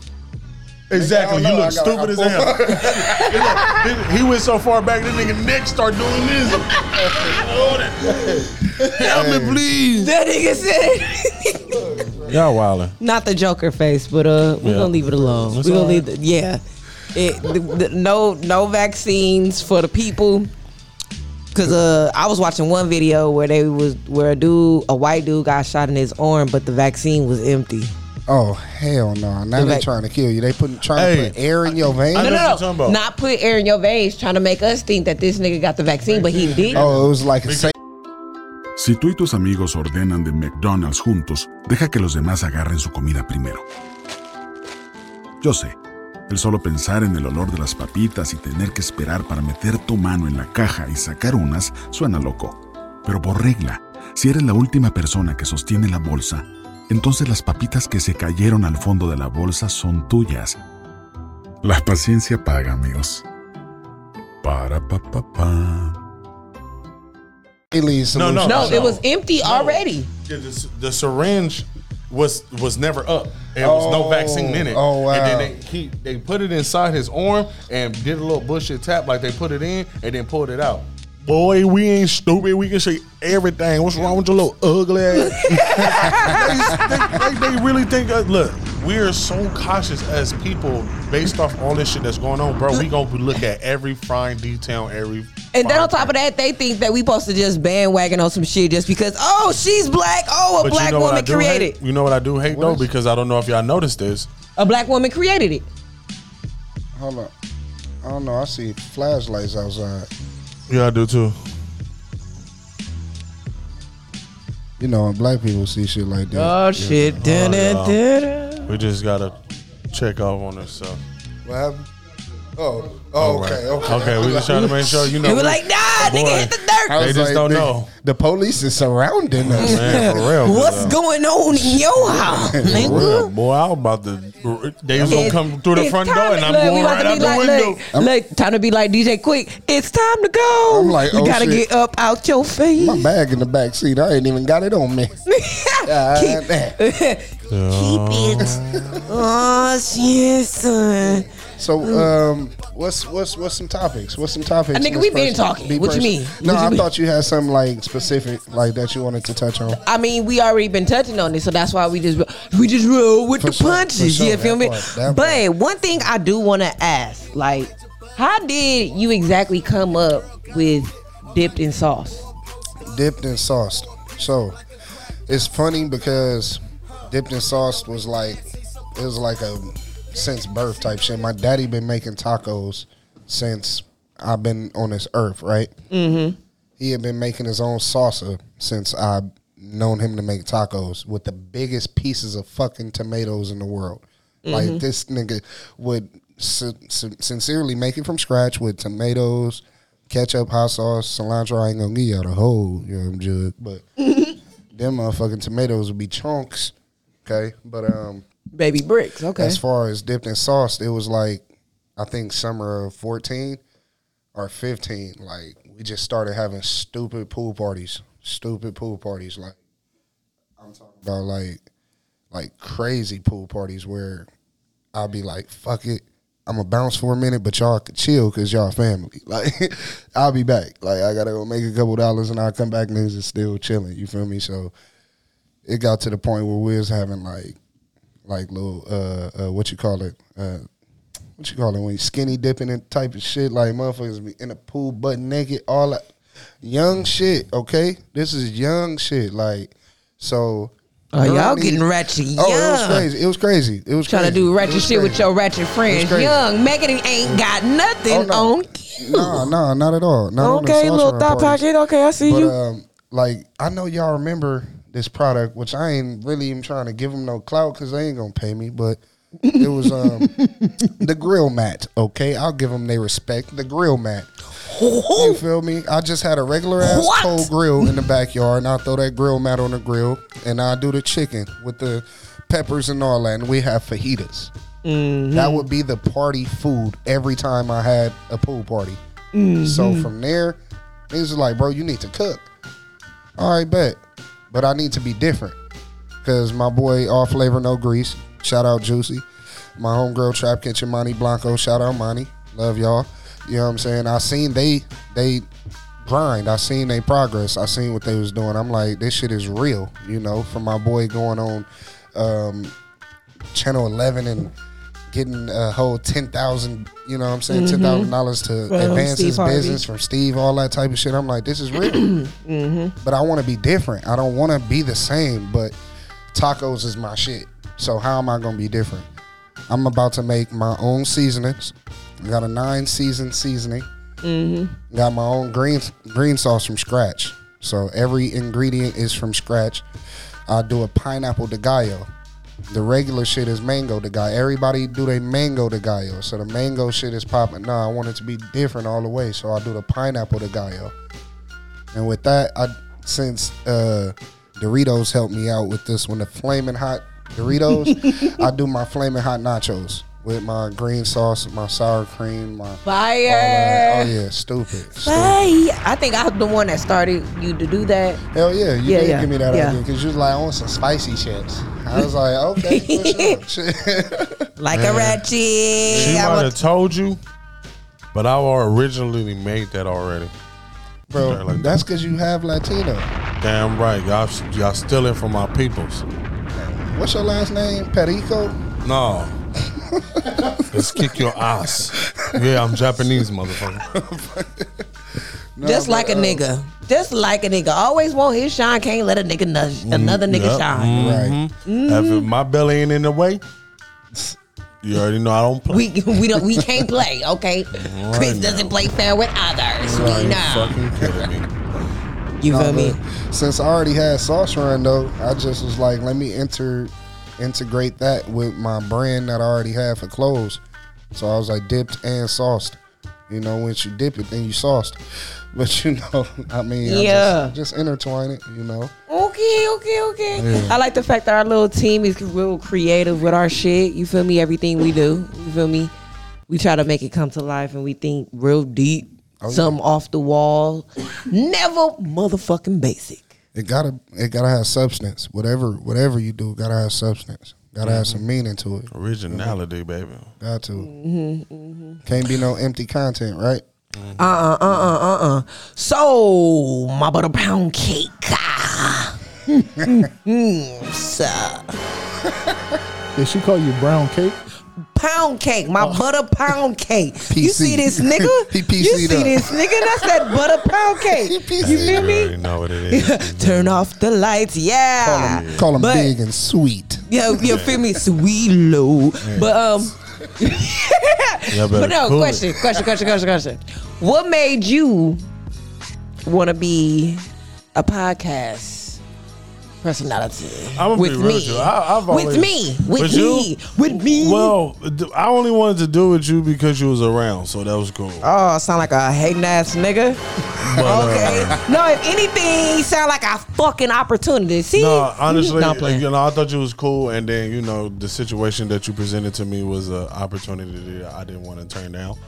Speaker 1: Exactly.
Speaker 3: I
Speaker 1: You
Speaker 3: don't know.
Speaker 1: look
Speaker 3: I got-
Speaker 1: stupid as hell. You look, he went so far back, that nigga neck start doing this. Help me, please.
Speaker 2: That nigga said.
Speaker 1: Y'all wildin'.
Speaker 2: Not the Joker face, but uh, we're
Speaker 1: Yeah.
Speaker 2: gonna leave it alone.
Speaker 1: It's
Speaker 2: we're gonna
Speaker 1: all
Speaker 2: leave. The, yeah, it, the, the, no, no vaccines for the people. Cause uh, I was watching one video where they was where a dude, a white dude, got shot in his arm, but the vaccine was empty.
Speaker 3: Oh hell no! Now they
Speaker 2: vac-
Speaker 3: trying to kill you. They putting trying
Speaker 1: Hey.
Speaker 3: to put air in your vein.
Speaker 1: I
Speaker 2: No,
Speaker 1: know what
Speaker 2: no,
Speaker 1: you're talking
Speaker 2: no,
Speaker 1: about.
Speaker 2: not put air in your veins, trying to make us think that this nigga got the vaccine, but he did. not
Speaker 3: oh, it was like a sa-
Speaker 5: Si tú y tus amigos ordenan de McDonald's juntos, deja que los demás agarren su comida primero. Yo sé, el solo pensar en el olor de las papitas y tener que esperar para meter tu mano en la caja y sacar unas suena loco. Pero por regla, si eres la última persona que sostiene la bolsa, entonces las papitas que se cayeron al fondo de la bolsa son tuyas. La paciencia paga, amigos. Para pa pa pa.
Speaker 3: saline solution.
Speaker 1: no,
Speaker 2: No,
Speaker 1: no.
Speaker 2: it was empty already.
Speaker 1: Yeah, the, the syringe was was never up. It was no
Speaker 3: Oh,
Speaker 1: vaccine in it.
Speaker 3: oh, wow.
Speaker 1: And then they he, they put it inside his arm and did a little bullshit tap like they put it in and then pulled it out. Boy, we ain't stupid. We can see everything. What's wrong with your little ugly ass? they, they- they really think. uh, look, we are so cautious as people based off all this shit that's going on, bro. We gonna look at every fine detail, every.
Speaker 2: And then
Speaker 1: fine
Speaker 2: on top of that, they think that we supposed to just bandwagon on some shit just because oh she's black, oh a
Speaker 1: But you
Speaker 2: black
Speaker 1: know what I
Speaker 2: woman
Speaker 1: do hate?
Speaker 2: created,
Speaker 1: You know what I do hate though,
Speaker 3: is-
Speaker 1: because I don't know if y'all noticed this.
Speaker 2: a black woman created it.
Speaker 3: Hold on. I don't know. I see flashlights outside.
Speaker 1: Yeah, I do too.
Speaker 3: You know, and black people see shit like that.
Speaker 2: Oh shit! Dun, dun, dun, dun.
Speaker 1: We just gotta check off on this stuff.
Speaker 3: what happened? Oh, oh okay, okay.
Speaker 1: Okay, we just trying to make sure you know.
Speaker 2: They
Speaker 1: we-
Speaker 2: were
Speaker 1: Oh,
Speaker 2: like, nah,
Speaker 1: Boy.
Speaker 2: nigga hit the
Speaker 3: I
Speaker 2: dirt.
Speaker 1: They
Speaker 3: was
Speaker 1: just don't
Speaker 3: the,
Speaker 1: know. Oh,
Speaker 3: The police is surrounding us.
Speaker 1: Man, for real. uh,
Speaker 2: What's going on in your house,
Speaker 1: For
Speaker 2: nigga?
Speaker 1: real, boy, I'm about to. They was gonna come through the
Speaker 2: It's
Speaker 1: front
Speaker 2: time
Speaker 1: door,
Speaker 2: to-
Speaker 1: and I'm
Speaker 2: look, we
Speaker 1: going
Speaker 2: about
Speaker 1: right
Speaker 2: to
Speaker 1: out
Speaker 2: be
Speaker 1: the
Speaker 2: like,
Speaker 1: window.
Speaker 2: Look, look, time to be like DJ Quick. It's time to go.
Speaker 3: I'm like,
Speaker 2: you
Speaker 3: oh,
Speaker 2: gotta
Speaker 3: shit.
Speaker 2: get up out your face.
Speaker 3: My bag in the back seat. I ain't even got it on me. God damn.
Speaker 2: Keep it. oh shit, son.
Speaker 3: So, um, what's what's what's some topics? What's some topics?
Speaker 2: Uh, nigga,
Speaker 3: in this
Speaker 2: we been
Speaker 3: person-
Speaker 2: talking.
Speaker 3: deep
Speaker 2: What you
Speaker 3: person?
Speaker 2: mean?
Speaker 3: No,
Speaker 2: What you
Speaker 3: I
Speaker 2: mean?
Speaker 3: thought you had something like specific, like that you wanted to touch on.
Speaker 2: I mean, we already been touching on this, so that's why we just we just roll with
Speaker 3: For
Speaker 2: the
Speaker 3: sure, for
Speaker 2: punches.
Speaker 3: sure,
Speaker 2: You feel
Speaker 3: that
Speaker 2: me?
Speaker 3: part, that
Speaker 2: But one thing I do want to ask, like, how did you exactly come up with dipped in sauce?
Speaker 3: dipped and sauced. So it's funny because dipped and sauced was like it was like a since birth type shit. My daddy been making tacos since I've been on this earth, right? Mm-hmm. He had been making his own salsa since I've known him to make tacos with the biggest pieces of fucking tomatoes in the world. Like this nigga would sin- sin- sincerely make it from scratch with tomatoes, ketchup, hot sauce, cilantro. I ain't gonna give y'all the whole, you know, jug, but them motherfucking tomatoes would be chunks. Okay, but um,
Speaker 2: Baby bricks. Okay.
Speaker 3: as far as dipped in sauce, it was like I think summer of fourteen or fifteen. Like we just started having stupid pool parties, stupid pool parties. Like I'm talking about like like crazy pool parties where I'll be like, fuck it. I'm gonna bounce for a minute, but y'all could chill because y'all family. Like, I'll be back. Like, I gotta go make a couple dollars and I'll come back. Niggas is still chilling. You feel me? So, it got to the point where we was having like like little uh, uh what you call it uh what you call it when you skinny dipping and type of shit like motherfuckers be in the pool butt naked all that young shit okay this is young shit like so
Speaker 2: Oh, y'all
Speaker 3: early-
Speaker 2: getting ratchet young.
Speaker 3: oh it was crazy it was crazy it was
Speaker 2: Trying to
Speaker 3: crazy.
Speaker 2: do
Speaker 3: It
Speaker 2: ratchet
Speaker 3: was
Speaker 2: shit with
Speaker 3: crazy.
Speaker 2: your ratchet friends.
Speaker 3: crazy.
Speaker 2: Young, Megan ain't got
Speaker 3: Oh,
Speaker 2: nothing
Speaker 3: no.
Speaker 2: on you.
Speaker 3: no no not at all Not on them
Speaker 2: okay,
Speaker 3: sauce
Speaker 2: little
Speaker 3: around
Speaker 2: thought
Speaker 3: parties.
Speaker 2: pocket. Okay, I see
Speaker 3: but
Speaker 2: you.
Speaker 3: um like I know y'all remember this product, which I ain't really even trying to give them no clout because they ain't gonna pay me, but it was um, the grill mat. Okay, I'll give them their respect. The grill mat. You feel me? I just had a regular ass
Speaker 2: What?
Speaker 3: cold grill in the backyard, and I throw that grill mat on the grill, and I do the chicken with the peppers and all that, and we have fajitas. That would be the party food every time I had a pool party. So from there, niggas was like, bro, you need to cook. All right, bet. But I need to be different. Cause my boy All Flavor No Grease, shout out Juicy. My homegirl Trap Kitchen Monty Blanco, shout out Monty. Love y'all. You know what I'm saying? I seen they they grind. I seen they progress. I seen what they was doing. I'm like, this shit is real, you know, from my boy going on um channel eleven and getting a whole ten thousand, you know what I'm saying, ten thousand dollars to advance
Speaker 2: Mm-hmm. Steve
Speaker 3: his
Speaker 2: Harvey.
Speaker 3: business from Steve, all that type of shit. I'm like, this is real.
Speaker 2: Mm-hmm.
Speaker 3: but I want to be different. I don't want to be the same, but tacos is my shit. So how am I going to be different? I'm about to make my own seasonings. I got a nine season seasoning. Got my own green green sauce from scratch. So every ingredient is from scratch. I do a pineapple de gallo. The regular shit is mango de gallo. Everybody do they mango de gallo. So the mango shit is popping. Nah, I want it to be different all the way. So I do the pineapple de gallo. And with that, I since uh, Doritos helped me out with this one, the flaming hot Doritos, I do my flaming hot nachos with my green sauce, my sour cream, my all that.
Speaker 2: Fire.
Speaker 3: Oh yeah, stupid. stupid.
Speaker 2: Fire. I think I'm the one that started you to do that.
Speaker 3: Hell yeah, you
Speaker 2: Yeah,
Speaker 3: did
Speaker 2: yeah,
Speaker 3: give me that
Speaker 2: yeah.
Speaker 3: idea because you was like, I want some spicy shits. I was like, okay, for sure.
Speaker 2: Like a ratchet.
Speaker 1: She
Speaker 2: I
Speaker 1: might
Speaker 2: want-
Speaker 1: have told you, but I originally made that already.
Speaker 3: bro.
Speaker 1: Like-
Speaker 3: that's because you have Latino.
Speaker 1: Damn right, y'all, y'all stealing from my peoples.
Speaker 3: What's your last name? Perico.
Speaker 1: No. Let's kick your ass. Yeah, I'm Japanese, motherfucker.
Speaker 2: Just like a nigga. Just like a nigga. Always want his shine. Can't let a nigga nudge, another nigga
Speaker 1: Yep.
Speaker 2: shine. Mm-hmm.
Speaker 3: Right.
Speaker 1: If my belly ain't in the way, you already know I don't play.
Speaker 2: We we don't we can't play, okay? Chris doesn't play fair with others.
Speaker 1: Are
Speaker 2: We
Speaker 1: you
Speaker 2: know.
Speaker 1: fucking kidding me?
Speaker 2: You
Speaker 3: Nah,
Speaker 2: feel me?
Speaker 3: but Since I already had sauce run though, I just was like, let me enter integrate that with my brand that I already had for clothes. So I was like dipped and sauced. You know, once you dip it, then you sauced. But you know, I mean, I
Speaker 2: Yeah.
Speaker 3: just, just intertwine it. You know,
Speaker 2: Okay, okay, okay. I like the fact that our little team is real creative with our shit. You feel me? Everything we do, you feel me? We try to make it come to life and we think real deep,
Speaker 3: Oh,
Speaker 2: something off the wall, never motherfucking basic.
Speaker 3: it gotta it gotta have substance. Whatever whatever you do, gotta have substance. Gotta have some meaning to it.
Speaker 1: Originality, baby.
Speaker 3: Got to. Can't be no empty content, right?
Speaker 2: Uh uh uh uh uh. So my butter pound cake. Ah. Mm, so,
Speaker 4: Did she call you brown cake?
Speaker 2: pound cake, my butter pound cake. You
Speaker 3: PC.
Speaker 2: see this nigga?
Speaker 3: Oh. He
Speaker 2: you
Speaker 3: PC'd
Speaker 2: see
Speaker 3: up.
Speaker 2: this nigga? That's that butter pound cake.
Speaker 3: PC.
Speaker 2: You feel
Speaker 1: You
Speaker 2: me?
Speaker 1: already know what it is.
Speaker 2: Turn off the lights, yeah.
Speaker 3: Call them
Speaker 2: But-
Speaker 3: big and sweet.
Speaker 2: Yeah, you feel me? Sweet low. But um
Speaker 1: Y'all better
Speaker 2: but no,
Speaker 1: cool it.
Speaker 2: question, question, question, question, question. What made you wanna be a podcast personality?
Speaker 1: I'ma be
Speaker 2: with
Speaker 1: real
Speaker 2: me.
Speaker 1: with you. I- I've
Speaker 2: with
Speaker 1: always-
Speaker 2: me. With,
Speaker 1: With you?
Speaker 2: me. With me.
Speaker 1: Well, th- I only wanted to do with you because you was around, so that was cool.
Speaker 2: Oh, I sound like a hating ass nigga.
Speaker 1: uh,
Speaker 2: okay.
Speaker 1: Uh-huh.
Speaker 2: no, if anything, sound like a fucking opportunity. See?
Speaker 1: No, honestly,
Speaker 2: Nah, I'm playing.
Speaker 1: you know, I thought you was cool, and then you know, the situation that you presented to me was an opportunity that I didn't want to turn down.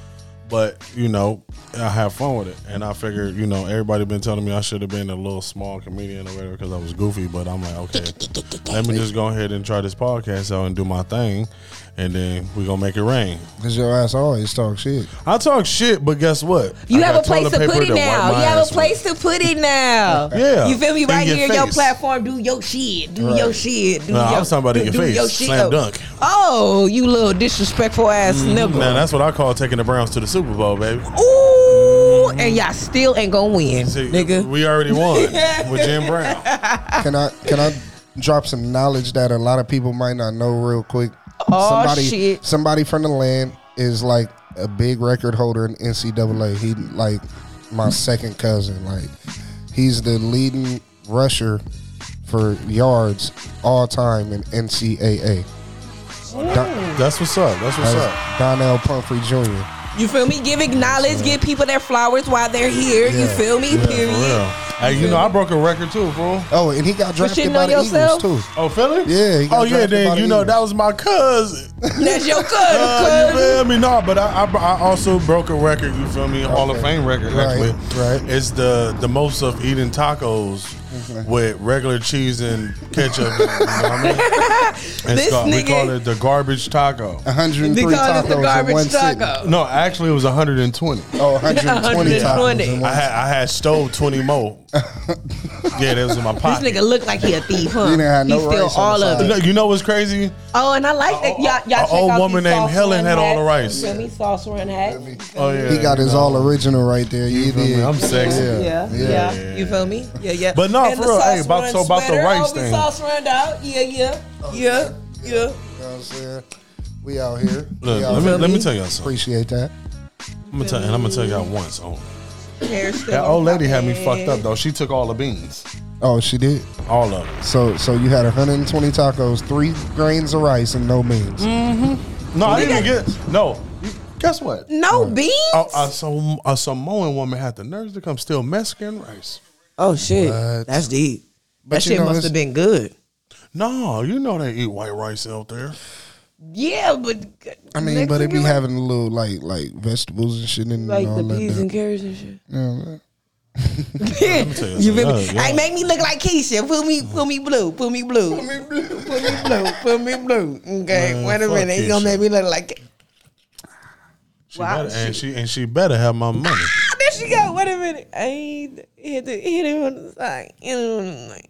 Speaker 1: But you know, I have fun with it, and I figured, you know, everybody been telling me I should have been a little small comedian or whatever because I was goofy. But I'm like, okay, let me just go ahead and try this podcast out and do my thing, and then we gonna make it rain.
Speaker 3: Cause your ass always talk shit.
Speaker 1: I talk shit, but guess what?
Speaker 2: You
Speaker 1: I
Speaker 2: have a
Speaker 1: got
Speaker 2: place
Speaker 1: toilet
Speaker 2: to
Speaker 1: paper
Speaker 2: put it
Speaker 1: wipe
Speaker 2: now.
Speaker 1: my
Speaker 2: You
Speaker 1: ass
Speaker 2: have a
Speaker 1: with.
Speaker 2: place to put it now.
Speaker 1: Yeah.
Speaker 2: You feel me?
Speaker 1: In
Speaker 2: Right
Speaker 1: your
Speaker 2: here in your
Speaker 1: face.
Speaker 2: platform. Do your shit. Do your shit. Do
Speaker 1: No, I
Speaker 2: your,
Speaker 1: was talking about in your
Speaker 2: do
Speaker 1: face. Slam dunk. Mm-hmm.
Speaker 2: Oh, you little disrespectful ass nigga.
Speaker 1: Now that's what I call taking the Browns to the Super Bowl, baby.
Speaker 2: Ooh, and y'all still ain't gonna win,
Speaker 1: See,
Speaker 2: nigga.
Speaker 1: We already won with Jim Brown.
Speaker 3: Can I can I drop some knowledge that a lot of people might not know real quick?
Speaker 2: Oh,
Speaker 3: somebody
Speaker 2: shit.
Speaker 3: somebody from the land is like a big record holder in NCAA. He like my second cousin. Like he's the leading rusher for yards all time in NCAA. Don-
Speaker 1: That's what's up. That's what's up.
Speaker 3: that's Donnell Pumphrey Jr.
Speaker 2: You feel me? Give knowledge, give people their flowers while they're here. You
Speaker 3: Yeah,
Speaker 2: feel me?
Speaker 3: yeah, for
Speaker 1: For
Speaker 2: Period.
Speaker 1: real. Hey, you know I broke a record too, fool.
Speaker 3: Oh, and he got drafted
Speaker 2: shitting
Speaker 3: by
Speaker 2: on
Speaker 3: the
Speaker 2: yourself?
Speaker 3: Eagles too.
Speaker 1: Oh, Philly?
Speaker 3: Yeah, he got
Speaker 1: Oh, yeah.
Speaker 3: drafted by
Speaker 1: Then
Speaker 3: the
Speaker 1: you know
Speaker 3: Eagles.
Speaker 1: that was my cousin.
Speaker 2: That's your cousin.
Speaker 1: Uh, you
Speaker 2: cousin.
Speaker 1: feel me? No, but I, I, I also broke a record. You feel me? Hall of
Speaker 3: Okay.
Speaker 1: Fame record.
Speaker 3: Right,
Speaker 1: Actually,
Speaker 3: right.
Speaker 1: It's the the most of eating tacos with regular cheese and ketchup. you know what I mean? It's
Speaker 2: This
Speaker 1: called- we
Speaker 2: nigga-
Speaker 1: call it the garbage taco.
Speaker 3: 103
Speaker 2: They call it
Speaker 3: tacos
Speaker 2: the
Speaker 3: in one
Speaker 2: garbage
Speaker 3: sitting.
Speaker 2: taco.
Speaker 1: No, actually, it was 120.
Speaker 3: Oh, 120 tacos
Speaker 2: 120.
Speaker 3: in
Speaker 1: I
Speaker 3: one
Speaker 1: had I had stole 20 more. yeah, that was in my pocket.
Speaker 2: This nigga look like he a thief, huh?
Speaker 3: He didn't have no
Speaker 2: he steal
Speaker 3: rice on
Speaker 2: all
Speaker 3: the
Speaker 2: of
Speaker 3: side.
Speaker 2: it.
Speaker 1: No, you know what's crazy?
Speaker 2: Oh, and I like that. Y'all,
Speaker 1: a
Speaker 2: y'all check
Speaker 1: old
Speaker 2: out
Speaker 1: woman
Speaker 2: these
Speaker 1: named
Speaker 2: sauce
Speaker 1: Helen
Speaker 2: run
Speaker 1: had all the
Speaker 2: hats.
Speaker 1: rice.
Speaker 2: You feel me? Sauce run hats.
Speaker 1: Oh yeah,
Speaker 3: He got
Speaker 1: you
Speaker 3: his
Speaker 1: know.
Speaker 3: all original right there. You
Speaker 1: feel me?
Speaker 3: did.
Speaker 1: I'm sexy.
Speaker 3: Yeah.
Speaker 2: Yeah, yeah,
Speaker 1: yeah.
Speaker 2: You feel me? Yeah, yeah.
Speaker 1: But no,
Speaker 2: And
Speaker 1: for
Speaker 2: the
Speaker 1: real,
Speaker 2: sauce
Speaker 1: hey, about-
Speaker 2: run
Speaker 1: so about the
Speaker 2: sweater.
Speaker 1: rice
Speaker 2: oh,
Speaker 1: thing.
Speaker 2: We sauce run out. Yeah, yeah, yeah, yeah.
Speaker 3: You know what I'm saying? We out here.
Speaker 1: Look,
Speaker 3: we out
Speaker 1: let me
Speaker 3: here.
Speaker 1: let me tell y'all something.
Speaker 3: Appreciate that.
Speaker 1: I'm gonna tell, and I'm gonna tell y'all once. only.
Speaker 2: Hair still
Speaker 1: That
Speaker 2: on
Speaker 1: old
Speaker 2: top
Speaker 1: lady had me
Speaker 2: head.
Speaker 1: fucked up though. She took all the beans,
Speaker 3: Oh, she did.
Speaker 1: all of them.
Speaker 3: So, so you had 120 tacos, three grains of rice, and no beans.
Speaker 2: Mm,
Speaker 1: No, I didn't get. No, guess what?
Speaker 2: No beans.
Speaker 1: A,
Speaker 2: Oh,
Speaker 1: a, Sam- a Samoan woman had the nerves to come steal Mexican rice.
Speaker 2: Oh, shit,
Speaker 3: uh, What?
Speaker 2: that's deep.
Speaker 3: But
Speaker 2: that
Speaker 3: you
Speaker 2: shit
Speaker 3: know,
Speaker 2: must
Speaker 3: it's-
Speaker 2: have been good.
Speaker 1: No, you know they eat white rice out there.
Speaker 2: Yeah, but
Speaker 3: I mean, but it be having a little like like vegetables and shit in
Speaker 2: like
Speaker 3: and all
Speaker 2: the
Speaker 3: that.
Speaker 2: peas
Speaker 3: there.
Speaker 2: and carrots and shit.
Speaker 3: Yeah,
Speaker 1: tell you
Speaker 2: you feel me?
Speaker 1: something. Yeah, yeah.
Speaker 2: Hey, make me look like Keisha. Put me, put me blue. Put me blue. Put me blue. Put me blue. Put me blue. Okay,
Speaker 1: Man,
Speaker 2: wait a
Speaker 1: fuck
Speaker 2: minute. You
Speaker 1: Keisha.
Speaker 2: gonna make me look like? oh,
Speaker 1: She
Speaker 2: Wow,
Speaker 1: better, and she and she better have my money.
Speaker 2: Ah, there she go. Wait a minute. I ain't hit the hit him on the side. Hit him on the side.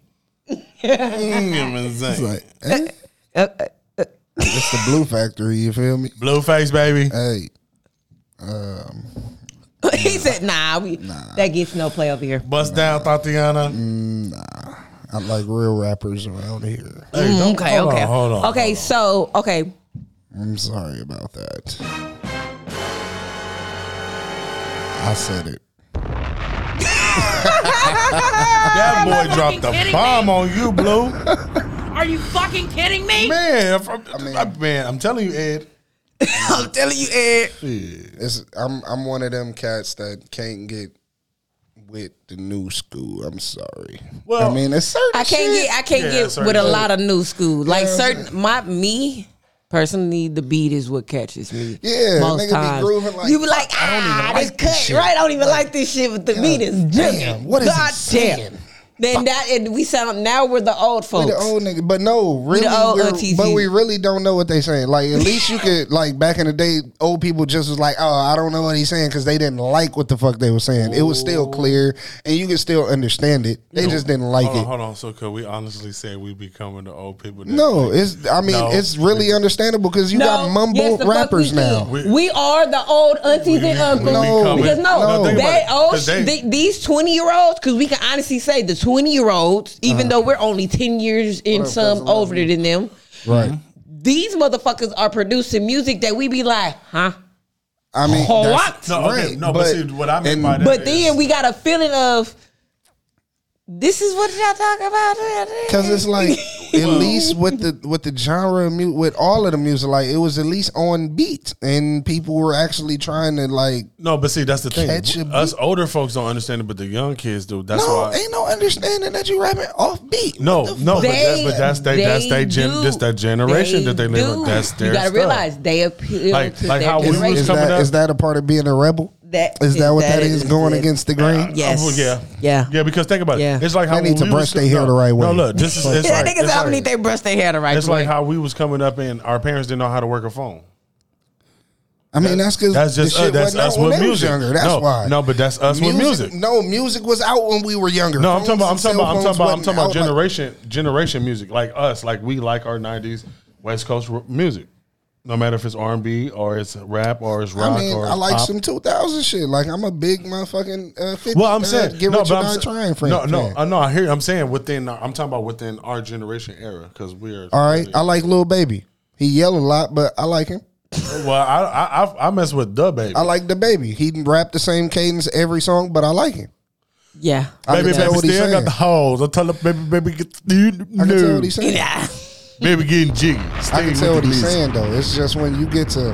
Speaker 1: Mm, you know what I'm saying?
Speaker 3: like eh?
Speaker 2: Uh, uh, uh,
Speaker 3: it's the Blue Factory. You feel me?
Speaker 1: Blue face, baby.
Speaker 3: Hey,
Speaker 2: uh, he said, "Nah, we, that gets no play over here."
Speaker 3: Mm.
Speaker 1: Bust down, Tatiana.
Speaker 3: I like real rappers around here.
Speaker 1: Hey, don't-
Speaker 2: Mm-hmm. Okay,
Speaker 1: hold
Speaker 2: okay,
Speaker 1: on, hold on.
Speaker 2: okay. So, okay,
Speaker 3: I'm sorry about that. I said it.
Speaker 1: That boy dropped
Speaker 6: kidding
Speaker 1: the
Speaker 6: me.
Speaker 1: bomb on you, Blue.
Speaker 6: Are you fucking kidding me?
Speaker 1: Man, if I'm, I- man, I'm telling you, Ed.
Speaker 2: I'm telling you, Ed.
Speaker 3: It's I'm I'm one of them cats that can't get with the new school. I'm sorry.
Speaker 1: Well-
Speaker 3: I mean, it's certain
Speaker 2: I can't
Speaker 3: shit.
Speaker 2: get I can't
Speaker 1: Yeah,
Speaker 2: get
Speaker 1: certain
Speaker 2: with a
Speaker 1: shit.
Speaker 2: lot of new school. Like certain my me personally, the beat is what catches me.
Speaker 3: Yeah, nigga
Speaker 2: most
Speaker 3: be
Speaker 2: times
Speaker 3: grooving like,
Speaker 2: you be like,
Speaker 3: "Fuck, I don't even
Speaker 2: ah,
Speaker 3: like
Speaker 2: this
Speaker 3: this
Speaker 2: cut
Speaker 3: shit."
Speaker 2: right. I don't even like this shit, but the beat is
Speaker 3: damn,
Speaker 2: damn.
Speaker 3: what is he saying?
Speaker 2: Then that and we sound now we're the old folks.
Speaker 3: the old nigga, but no, really,
Speaker 2: old
Speaker 3: we're-
Speaker 2: OTT.
Speaker 3: but we really don't know what they saying. Like at least you could, like back in the day, old people just was like, oh, I don't know what he's saying because they didn't like what the fuck they were saying. It was still
Speaker 1: Oh.
Speaker 3: clear, and you could still understand it. They just didn't like
Speaker 1: Hold on,
Speaker 3: it.
Speaker 1: hold on. So, could we honestly say we becoming the old people? that-
Speaker 3: No, it's I mean
Speaker 1: No.
Speaker 3: it's really understandable because you got mumble
Speaker 2: yes, the fuck
Speaker 3: rappers
Speaker 2: we
Speaker 3: now.
Speaker 2: did. We, are the old aunties and uncles.
Speaker 3: No.
Speaker 2: because no,
Speaker 3: No.
Speaker 2: they
Speaker 3: Think
Speaker 1: about it.
Speaker 2: old.
Speaker 1: 'Cause they-
Speaker 2: the- these twenty year olds, because we can honestly say the twenty year olds, even
Speaker 3: Uh-huh.
Speaker 2: though we're only ten years in some older than them,
Speaker 3: Right.
Speaker 2: these motherfuckers are producing music that we be like, huh?
Speaker 3: I mean,
Speaker 2: What?
Speaker 3: that's-
Speaker 1: No, okay,
Speaker 3: right,
Speaker 1: no, but, see, what I mean
Speaker 3: and-
Speaker 1: by that
Speaker 2: But
Speaker 1: is-
Speaker 2: then we got a feeling of. This is what y'all talking about.
Speaker 3: Cause it's like at least with the with the genre of mu- with all of the music, like it was at least on beat, and people were actually trying to like.
Speaker 1: No, but see, that's the thing.
Speaker 3: Catch a
Speaker 1: Us older folks don't understand it, but the young kids do. That's
Speaker 3: No,
Speaker 1: why.
Speaker 3: ain't no understanding that you rapping off beat.
Speaker 1: No, no, but, that,
Speaker 2: They-
Speaker 1: but that's they, that's they gen,
Speaker 2: do.
Speaker 1: that's that generation
Speaker 2: They
Speaker 1: that they live.
Speaker 2: do.
Speaker 1: in. That's their.
Speaker 2: You gotta
Speaker 1: stuff.
Speaker 2: realize they appeal
Speaker 1: Like-
Speaker 2: to
Speaker 1: like
Speaker 2: their
Speaker 1: how we was
Speaker 3: Is,
Speaker 2: generation.
Speaker 3: is
Speaker 1: coming
Speaker 3: that
Speaker 1: up-
Speaker 3: is that a part of being a rebel?
Speaker 2: That
Speaker 3: Is that what that
Speaker 2: that is
Speaker 3: is, going
Speaker 2: it.
Speaker 3: against the grain?
Speaker 2: Yes.
Speaker 1: Oh, yeah.
Speaker 2: Yeah.
Speaker 1: Yeah. Because think about
Speaker 2: Yeah.
Speaker 1: it. It's like how
Speaker 3: They need
Speaker 1: when
Speaker 3: to
Speaker 1: we was-
Speaker 3: brush their hair
Speaker 1: no,
Speaker 3: the right way.
Speaker 1: No, look, this is it's
Speaker 2: Yeah,
Speaker 1: like,
Speaker 2: niggas
Speaker 1: it's
Speaker 2: out
Speaker 1: like-
Speaker 2: need they brush their hair the right
Speaker 1: It's
Speaker 2: way.
Speaker 1: like how we was coming up and our parents didn't know how to work a phone.
Speaker 3: I mean, that's because
Speaker 1: That's just us. That's us with music.
Speaker 3: Younger. That's
Speaker 1: no,
Speaker 3: why.
Speaker 1: No, but that's us with music.
Speaker 3: No, music was out when we were younger.
Speaker 1: No, I'm talking about. I'm
Speaker 3: Phones and
Speaker 1: talking about. I'm talking
Speaker 3: cell
Speaker 1: about. I'm
Speaker 3: phones
Speaker 1: talking about
Speaker 3: wasn't out
Speaker 1: generation
Speaker 3: like-
Speaker 1: generation music like us. Like we like our '90s West Coast r- music. No matter if it's R&B or it's rap or it's rock
Speaker 3: I mean,
Speaker 1: or
Speaker 3: I like
Speaker 1: pop.
Speaker 3: some 2000 shit. Like I'm a big motherfucking uh, 50.
Speaker 1: Well, I'm
Speaker 3: uh,
Speaker 1: saying
Speaker 3: get
Speaker 1: no,
Speaker 3: rich
Speaker 1: but
Speaker 3: or
Speaker 1: I'm
Speaker 3: die
Speaker 1: sa-
Speaker 3: trying. Friend,
Speaker 1: No, uh, no,
Speaker 3: friend.
Speaker 1: I know. I hear. I'm saying within. uh, I'm talking about within our generation era because we're
Speaker 3: All right, I like Lil Baby. He yell a lot, but I like him.
Speaker 1: Well, I I I, I mess with the baby.
Speaker 3: I like the baby. He rap the same cadence every song, but I like him.
Speaker 2: Yeah.
Speaker 3: I
Speaker 1: Baby,
Speaker 3: can tell
Speaker 1: baby,
Speaker 3: what he's
Speaker 1: still got
Speaker 3: saying.
Speaker 1: the hoes. I tell her, baby, baby, get the
Speaker 3: I can tell what
Speaker 1: no.
Speaker 3: he's saying.
Speaker 1: Baby, getting jiggy.
Speaker 3: I
Speaker 1: Stay
Speaker 3: can
Speaker 1: with
Speaker 3: tell
Speaker 1: the
Speaker 3: what he's
Speaker 1: glizzy.
Speaker 3: saying though. It's just when you get to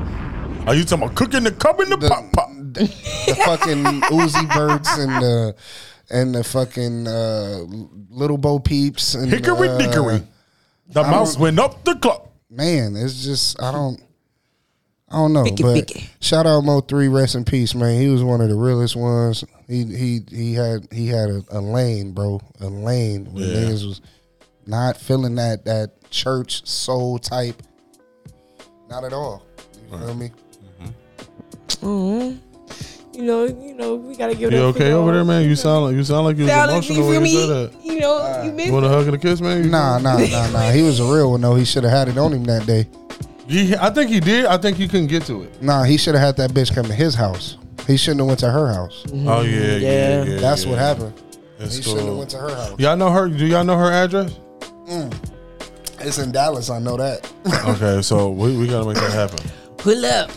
Speaker 1: Are you talking about cooking the cup in the,
Speaker 3: the,
Speaker 1: pop pop?
Speaker 3: the, the fucking Uzi Birds and the and the fucking uh, Little Bo Peeps and
Speaker 1: Hickory
Speaker 3: uh,
Speaker 1: dickory. The mouse went up the clock.
Speaker 3: Man, it's just I don't. I don't know,
Speaker 2: Picky,
Speaker 3: but
Speaker 2: picky.
Speaker 3: shout out Mo Three, rest in peace, man. He was one of the realest ones. He he he had he had a, a lane, bro, a lane when
Speaker 1: Yeah.
Speaker 3: niggas was not feeling that that church soul type, not at all. You feel me?
Speaker 2: You know, you know, we gotta give
Speaker 1: You
Speaker 2: it up.
Speaker 1: okay over there, man? You sound like you sound like you was
Speaker 2: Sound like you
Speaker 1: emotional
Speaker 2: feel
Speaker 1: when you said
Speaker 2: me?
Speaker 1: that.
Speaker 2: You know, you
Speaker 1: You
Speaker 2: miss
Speaker 1: want a hug and a kiss, man? You-
Speaker 3: Nah, nah, nah, nah. He was a real one though. He should have had it on him that day.
Speaker 1: Yeah, I think he did. I think you couldn't get to it.
Speaker 3: Nah, he should have had that bitch come to his house. He shouldn't have went to her house.
Speaker 1: Oh yeah,
Speaker 2: Yeah.
Speaker 3: That's what happened.
Speaker 1: That's
Speaker 3: He shouldn't have
Speaker 1: cool.
Speaker 3: went to her house.
Speaker 1: Y'all know her? Do y'all know her address?
Speaker 3: It's in Dallas. I know that.
Speaker 1: okay, so we, we gotta make that happen.
Speaker 2: Pull up.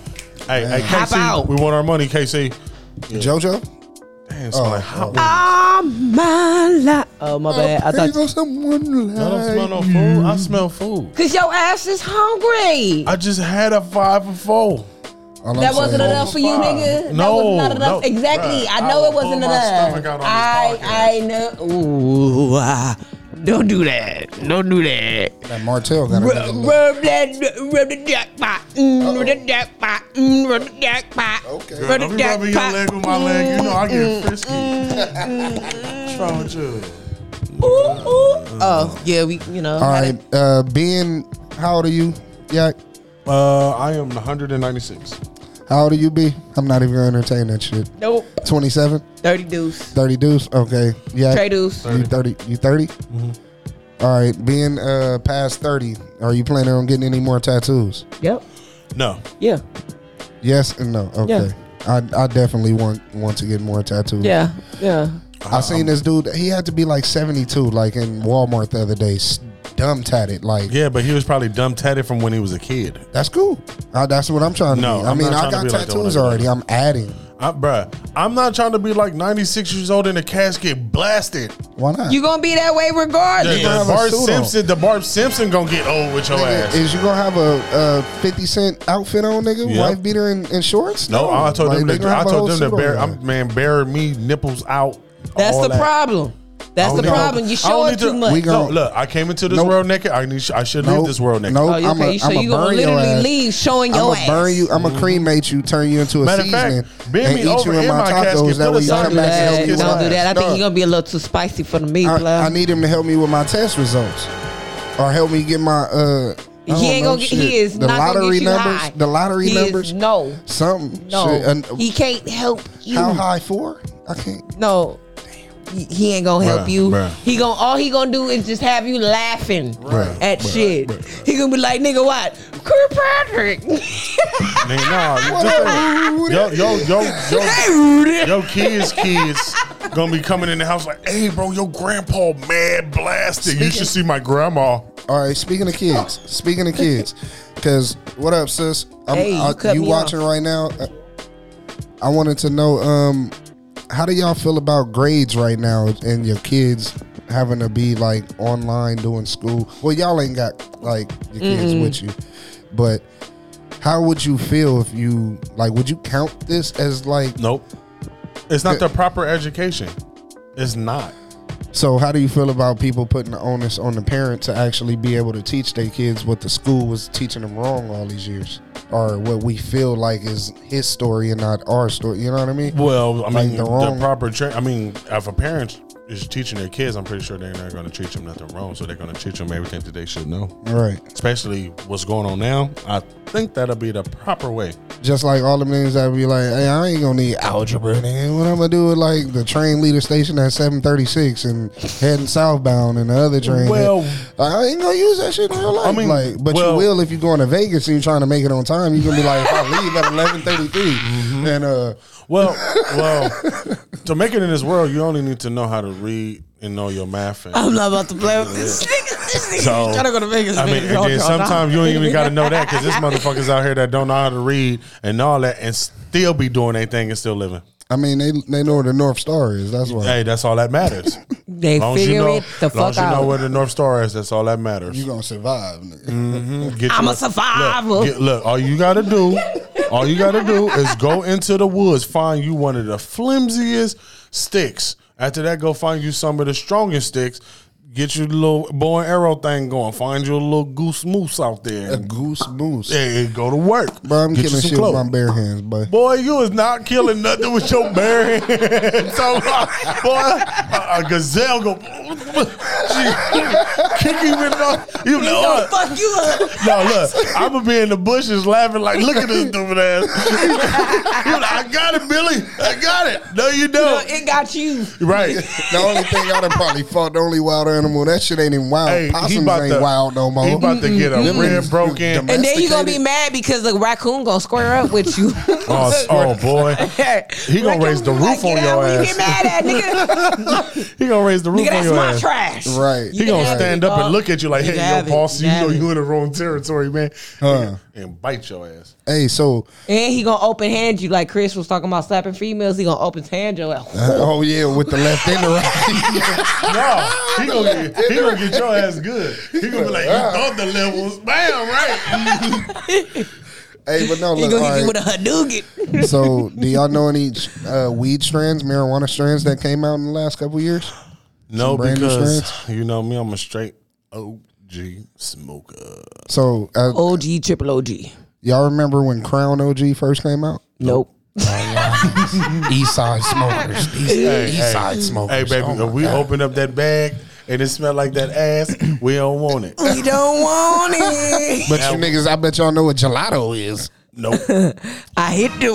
Speaker 1: Hey, hey,
Speaker 2: Hop
Speaker 1: KC,
Speaker 2: out.
Speaker 1: we want our money, KC.
Speaker 3: JoJo.
Speaker 1: Damn, smell like hot wings.
Speaker 2: All my life. Oh my bad. I
Speaker 3: Praise
Speaker 2: thought
Speaker 3: someone
Speaker 1: I don't smell
Speaker 3: like
Speaker 1: no food. I smell food.
Speaker 2: because your ass is hungry.
Speaker 1: I just had a five for four.
Speaker 3: All I'm
Speaker 2: that wasn't
Speaker 3: saying
Speaker 2: enough
Speaker 3: is-
Speaker 2: for you, nigga. that
Speaker 1: No,
Speaker 2: was not enough.
Speaker 1: no,
Speaker 2: exactly.
Speaker 1: bruh,
Speaker 2: I
Speaker 1: I
Speaker 2: know
Speaker 1: will
Speaker 2: it wasn't
Speaker 1: pull my
Speaker 2: enough.
Speaker 1: stomach out on this
Speaker 2: I I know. Ooh, ah. don't do that. Don't do that.
Speaker 3: That Martell got
Speaker 2: Rub,
Speaker 3: another look.
Speaker 2: rub that, rub the jackpot, mm, rub the jackpot, mm, rub the jackpot,
Speaker 3: Okay. Girl,
Speaker 2: rub
Speaker 1: Don't
Speaker 2: the
Speaker 1: be rubbing your leg
Speaker 2: jackpot.
Speaker 1: with my leg. You know I
Speaker 2: Mm,
Speaker 1: get frisky. What's wrong with you?
Speaker 2: Ooh, ooh. Oh yeah, we you know.
Speaker 3: All
Speaker 2: had
Speaker 3: right.
Speaker 2: it.
Speaker 3: Uh, being, how old are you? Yeah.
Speaker 1: Uh, I am 196.
Speaker 3: How old are you, B? I'm not even going to entertain that shit.
Speaker 2: Nope.
Speaker 3: 27?
Speaker 2: Dirty deuce.
Speaker 3: 30 deuce? Okay. Yeah.
Speaker 2: Trey deuce.
Speaker 3: You 30? You 30? All right. Being uh, past 30, are you planning on getting any more tattoos?
Speaker 2: Yep.
Speaker 1: No.
Speaker 2: Yeah.
Speaker 3: Yes and no. Okay.
Speaker 2: Yeah.
Speaker 3: I, I definitely want want to get more tattoos.
Speaker 2: Yeah. Yeah.
Speaker 3: I seen this dude. He had to be like 72, like in Walmart the other day, s- dumb tatted. Like,
Speaker 1: Yeah, but he was probably dumb tatted from when he was a kid.
Speaker 3: That's cool. I, that's what I'm trying to
Speaker 1: No,
Speaker 3: do. I
Speaker 1: I'm
Speaker 3: mean,
Speaker 1: not
Speaker 3: I
Speaker 1: trying to be
Speaker 3: got
Speaker 1: like that when I
Speaker 3: tattoos
Speaker 1: grow
Speaker 3: already. I'm adding.
Speaker 1: I, bruh, I'm not trying to be like 96 years old in a casket blasted.
Speaker 3: Why not?
Speaker 2: You gonna be that way
Speaker 1: The,
Speaker 2: regardless.
Speaker 1: the
Speaker 3: have a
Speaker 1: Bart
Speaker 3: suit on.
Speaker 1: Simpson, the Bart Simpson gonna get old with your
Speaker 3: Nigga,
Speaker 1: ass.
Speaker 3: is you gonna have a, a 50 cent outfit on, nigga?
Speaker 1: Yep.
Speaker 3: Wife beater and, and shorts?
Speaker 1: no, I told
Speaker 3: Like,
Speaker 1: them
Speaker 3: they
Speaker 1: that
Speaker 3: gonna
Speaker 1: I
Speaker 3: have a
Speaker 1: told them
Speaker 3: whole
Speaker 1: to
Speaker 3: suit
Speaker 1: bear,
Speaker 3: on.
Speaker 1: I'm, man, bury me nipples out.
Speaker 2: That's
Speaker 1: all
Speaker 2: the
Speaker 1: that.
Speaker 2: problem. That's
Speaker 1: I
Speaker 2: the
Speaker 1: don't need-
Speaker 2: problem. You
Speaker 1: I don't
Speaker 2: show
Speaker 1: need
Speaker 2: it too
Speaker 1: to-
Speaker 2: much.
Speaker 3: We
Speaker 1: No,
Speaker 3: gon-
Speaker 1: look, I came into this
Speaker 3: Nope.
Speaker 1: world naked. I need, I should leave this world naked.
Speaker 3: No,
Speaker 2: Oh, you
Speaker 3: I'm
Speaker 2: okay?
Speaker 3: a,
Speaker 2: so
Speaker 3: I'm a
Speaker 2: you gonna
Speaker 3: burn your
Speaker 2: literally
Speaker 3: ass.
Speaker 2: leave showing
Speaker 3: I'm
Speaker 2: your
Speaker 3: gonna
Speaker 2: ass?
Speaker 3: burn you. I'm gonna cremate you, turn you into a
Speaker 1: Mm-hmm. Matter of
Speaker 3: seasoning,
Speaker 1: fact, bend
Speaker 3: and
Speaker 1: me
Speaker 3: eat
Speaker 1: over
Speaker 3: you in
Speaker 1: in
Speaker 3: my
Speaker 1: my
Speaker 3: tacos.
Speaker 1: casket,
Speaker 3: That
Speaker 1: put
Speaker 3: way
Speaker 1: a sock
Speaker 3: you
Speaker 2: Don't do
Speaker 3: come
Speaker 1: in
Speaker 3: back
Speaker 1: it.
Speaker 3: and help
Speaker 2: that.
Speaker 3: me with
Speaker 2: Don't
Speaker 3: my
Speaker 2: do that. I think
Speaker 3: Dog,
Speaker 2: you're gonna be a little too spicy for the meat,
Speaker 3: I, I
Speaker 2: love.
Speaker 3: need him to help me with my test results, or help me get my. uh I don't
Speaker 2: He ain't
Speaker 3: know,
Speaker 2: gonna get.
Speaker 3: shit.
Speaker 2: He is
Speaker 3: the
Speaker 2: not
Speaker 3: lottery
Speaker 2: gonna get you
Speaker 3: numbers.
Speaker 2: high.
Speaker 3: The lottery
Speaker 2: He is-
Speaker 3: numbers.
Speaker 2: no,
Speaker 3: Something.
Speaker 2: no.
Speaker 3: Shit. And- uh,
Speaker 2: he can't help you.
Speaker 3: How high for? I can't.
Speaker 2: No, he, he ain't gonna help
Speaker 1: Bruh,
Speaker 2: you.
Speaker 1: bruh.
Speaker 2: He gonna all he gonna do is just have you laughing
Speaker 1: Bruh,
Speaker 2: at
Speaker 1: bruh,
Speaker 2: shit. He gonna be like, nigga, what? Kirkpatrick.
Speaker 1: Nigga, nah, just think- yo, yo, yo, yo, yo, kids, kids gonna be coming in the house like, hey, bro, your grandpa mad blasted. You should see my grandma.
Speaker 3: All right. Speaking of kids. Speaking of kids. Because what up, sis? I'm,
Speaker 2: Hey, you cut me
Speaker 3: watching right now? Uh, I wanted to know. Um, how do y'all feel about grades right now and your kids having to be like online doing school? Well, y'all ain't got like your kids with you, but how would you feel if you like? Would you count this as like?
Speaker 1: Nope. It's not the proper education. It's not.
Speaker 3: So, how do you feel about people putting the onus on the parent to actually be able to teach their kids what the school was teaching them wrong all these years, or what we feel like is his story and not our story? You know what I mean?
Speaker 1: Well, I
Speaker 3: Like
Speaker 1: mean,
Speaker 3: the
Speaker 1: the,
Speaker 3: wrong-
Speaker 1: proper tra- I mean, if a parent is teaching their kids, I'm pretty sure they're not going to teach them nothing wrong. So they're going to teach them everything that they should know,
Speaker 3: Right.
Speaker 1: especially what's going on now. I think that'll be the proper way.
Speaker 3: Just like all the niggas that be like, "Hey, I ain't gonna need algebra. Nigga. What I'm gonna do is like the train leader station at 7:36 and heading southbound, and the other train. that-
Speaker 1: Well-
Speaker 3: I ain't gonna use that shit in real life.
Speaker 1: mean,
Speaker 3: like, but you
Speaker 1: well-
Speaker 3: will if you're going to Vegas and you're trying to make it on time. You're gonna be like, if I leave at 11:33,
Speaker 1: Mm-hmm.
Speaker 3: and uh,
Speaker 1: Well, well, to make it in this world, you only need to know how to read and know your math. And,
Speaker 2: I'm not about to play with this nigga. This nigga
Speaker 1: So,
Speaker 2: trying to go to Vegas.
Speaker 1: I mean,
Speaker 2: nigga.
Speaker 1: and
Speaker 2: Don't
Speaker 1: then
Speaker 2: draw
Speaker 1: sometimes
Speaker 2: down.
Speaker 1: you ain't even got to know that because there's motherfuckers out here that don't know how to read and all that and still be doing their thing and still living.
Speaker 3: I mean, they they know where the North Star is. That's why
Speaker 1: Hey, that's all that matters.
Speaker 4: They
Speaker 1: long as you
Speaker 4: figure
Speaker 1: know,
Speaker 4: it the
Speaker 1: long as
Speaker 4: fuck
Speaker 1: you know
Speaker 4: out.
Speaker 1: where the North Star is, that's all that matters.
Speaker 3: you gonna survive. nigga.
Speaker 1: Get
Speaker 4: I'm
Speaker 1: your-
Speaker 4: a survivor.
Speaker 1: Look, get- look, all you gotta do, all you gotta do is go into the woods, find you one of the flimsiest sticks. After that, go find you some of the strongest sticks. Get your little bow and arrow thing going. Find your little goose moose out there.
Speaker 3: A goose moose.
Speaker 1: Mm. Yeah, and go to work.
Speaker 3: Bro, I'm
Speaker 1: Get you
Speaker 3: killing
Speaker 1: some
Speaker 3: shit
Speaker 1: clothes.
Speaker 3: with my bare hands, boy.
Speaker 1: Boy, you is not killing nothing with your bare hands. So, uh, boy, a, a gazelle go she kick you in the you know.
Speaker 4: Gonna
Speaker 1: uh,
Speaker 4: fuck you up.
Speaker 1: No, look, I'm gonna be in the bushes laughing like, look at this stupid ass. You know, I got it, Billy. I got it. No, you
Speaker 4: No,
Speaker 1: don't.
Speaker 4: it got you.
Speaker 1: Right.
Speaker 3: The only thing I done probably fought the only wild animal. That shit ain't even wild.
Speaker 1: Hey, he
Speaker 3: Possums
Speaker 1: about
Speaker 3: ain't
Speaker 1: to-
Speaker 3: wild no more.
Speaker 1: He about to get a
Speaker 3: Mm-mm.
Speaker 1: rib broken.
Speaker 4: And then you gonna be
Speaker 3: Domesticated.
Speaker 4: mad because the raccoon gonna square up with you.
Speaker 1: Oh, oh boy, he gonna raise the roof on your
Speaker 4: You
Speaker 1: ass.
Speaker 4: get mad at nigga.
Speaker 1: He gonna raise the roof
Speaker 4: nigga,
Speaker 1: on
Speaker 4: that's
Speaker 1: your
Speaker 4: my
Speaker 1: ass.
Speaker 4: trash.
Speaker 3: Right.
Speaker 1: He gonna stand up and look at you like,
Speaker 4: You
Speaker 1: "Hey,
Speaker 4: have
Speaker 1: yo,
Speaker 4: it.
Speaker 1: boss, you,
Speaker 4: You have
Speaker 1: know
Speaker 4: it.
Speaker 1: you in the wrong territory, man,"
Speaker 3: Huh.
Speaker 1: and bite your ass.
Speaker 3: Hey, so
Speaker 4: And he gonna open hand you like Chris was talking about slapping females. He gonna open hand your ass.
Speaker 3: uh, oh yeah, with the left and the right.
Speaker 1: No, he gonna get, he gonna get your ass good. He gonna be like, "You thought the levels, bam, right?"
Speaker 3: hey, but no,
Speaker 4: He
Speaker 3: look,
Speaker 4: gonna
Speaker 3: all
Speaker 4: hit you
Speaker 3: right.
Speaker 4: with a hadougat.
Speaker 3: so do y'all know any uh, weed strands, marijuana strands that came out in the last couple years?
Speaker 1: No,
Speaker 3: brand new
Speaker 1: because you know me, I'm a straight OG smoker.
Speaker 3: So uh,
Speaker 4: OG triple OG.
Speaker 3: y'all remember when Crown OG first came out?
Speaker 4: Nope.
Speaker 3: East Side Smokers. East,
Speaker 1: Hey, hey.
Speaker 3: Side Smokers.
Speaker 1: Hey, baby,
Speaker 3: Oh, my
Speaker 1: if we
Speaker 3: God.
Speaker 1: open up that bag and it smell like that ass, we don't want it.
Speaker 4: We don't want it.
Speaker 3: But you niggas, I bet y'all know what gelato is.
Speaker 1: Nope.
Speaker 4: I hit you.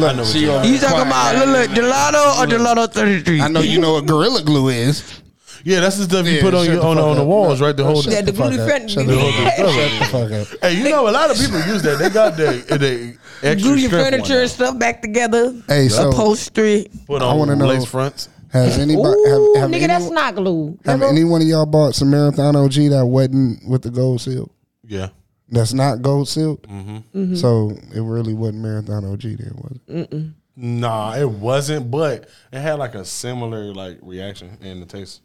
Speaker 3: Look,
Speaker 1: know what
Speaker 3: she
Speaker 1: gelato
Speaker 3: on
Speaker 4: You
Speaker 3: the
Speaker 4: talking about
Speaker 3: choir.
Speaker 4: look, look, gelato or gelato thirty three?
Speaker 3: I know you know what Gorilla Glue is.
Speaker 1: Yeah, that's the stuff you
Speaker 3: Yeah,
Speaker 1: put on
Speaker 3: shut
Speaker 1: your
Speaker 3: the
Speaker 1: on,
Speaker 3: fuck
Speaker 1: on the
Speaker 3: up.
Speaker 1: walls,
Speaker 3: No,
Speaker 1: right? The
Speaker 3: no,
Speaker 1: whole.
Speaker 3: shut
Speaker 4: Yeah, the
Speaker 3: fuck
Speaker 4: glue
Speaker 3: up.
Speaker 4: friend-
Speaker 3: Shut the fuck up. Shut the fuck up.
Speaker 1: Hey, you know, a lot of people use that. They got the the extra
Speaker 4: glue your
Speaker 1: strength one
Speaker 4: furniture
Speaker 1: now.
Speaker 4: and stuff back together.
Speaker 3: Hey, so-
Speaker 4: upholstery.
Speaker 1: Put
Speaker 3: I
Speaker 1: on
Speaker 3: wanna know-
Speaker 1: lace fronts.
Speaker 3: Has anybody?
Speaker 4: Ooh,
Speaker 3: have, have
Speaker 4: nigga,
Speaker 3: anyone,
Speaker 4: that's not glue.
Speaker 3: Have
Speaker 4: Remember?
Speaker 3: any one of y'all bought some Marathon OG that wasn't with the gold seal?
Speaker 1: Yeah.
Speaker 3: That's not gold seal.
Speaker 4: Mm-hmm.
Speaker 3: So it really wasn't Marathon OG then, was
Speaker 4: Mm.
Speaker 3: it?
Speaker 1: Nah, it wasn't, but it had like a similar like reaction in the taste.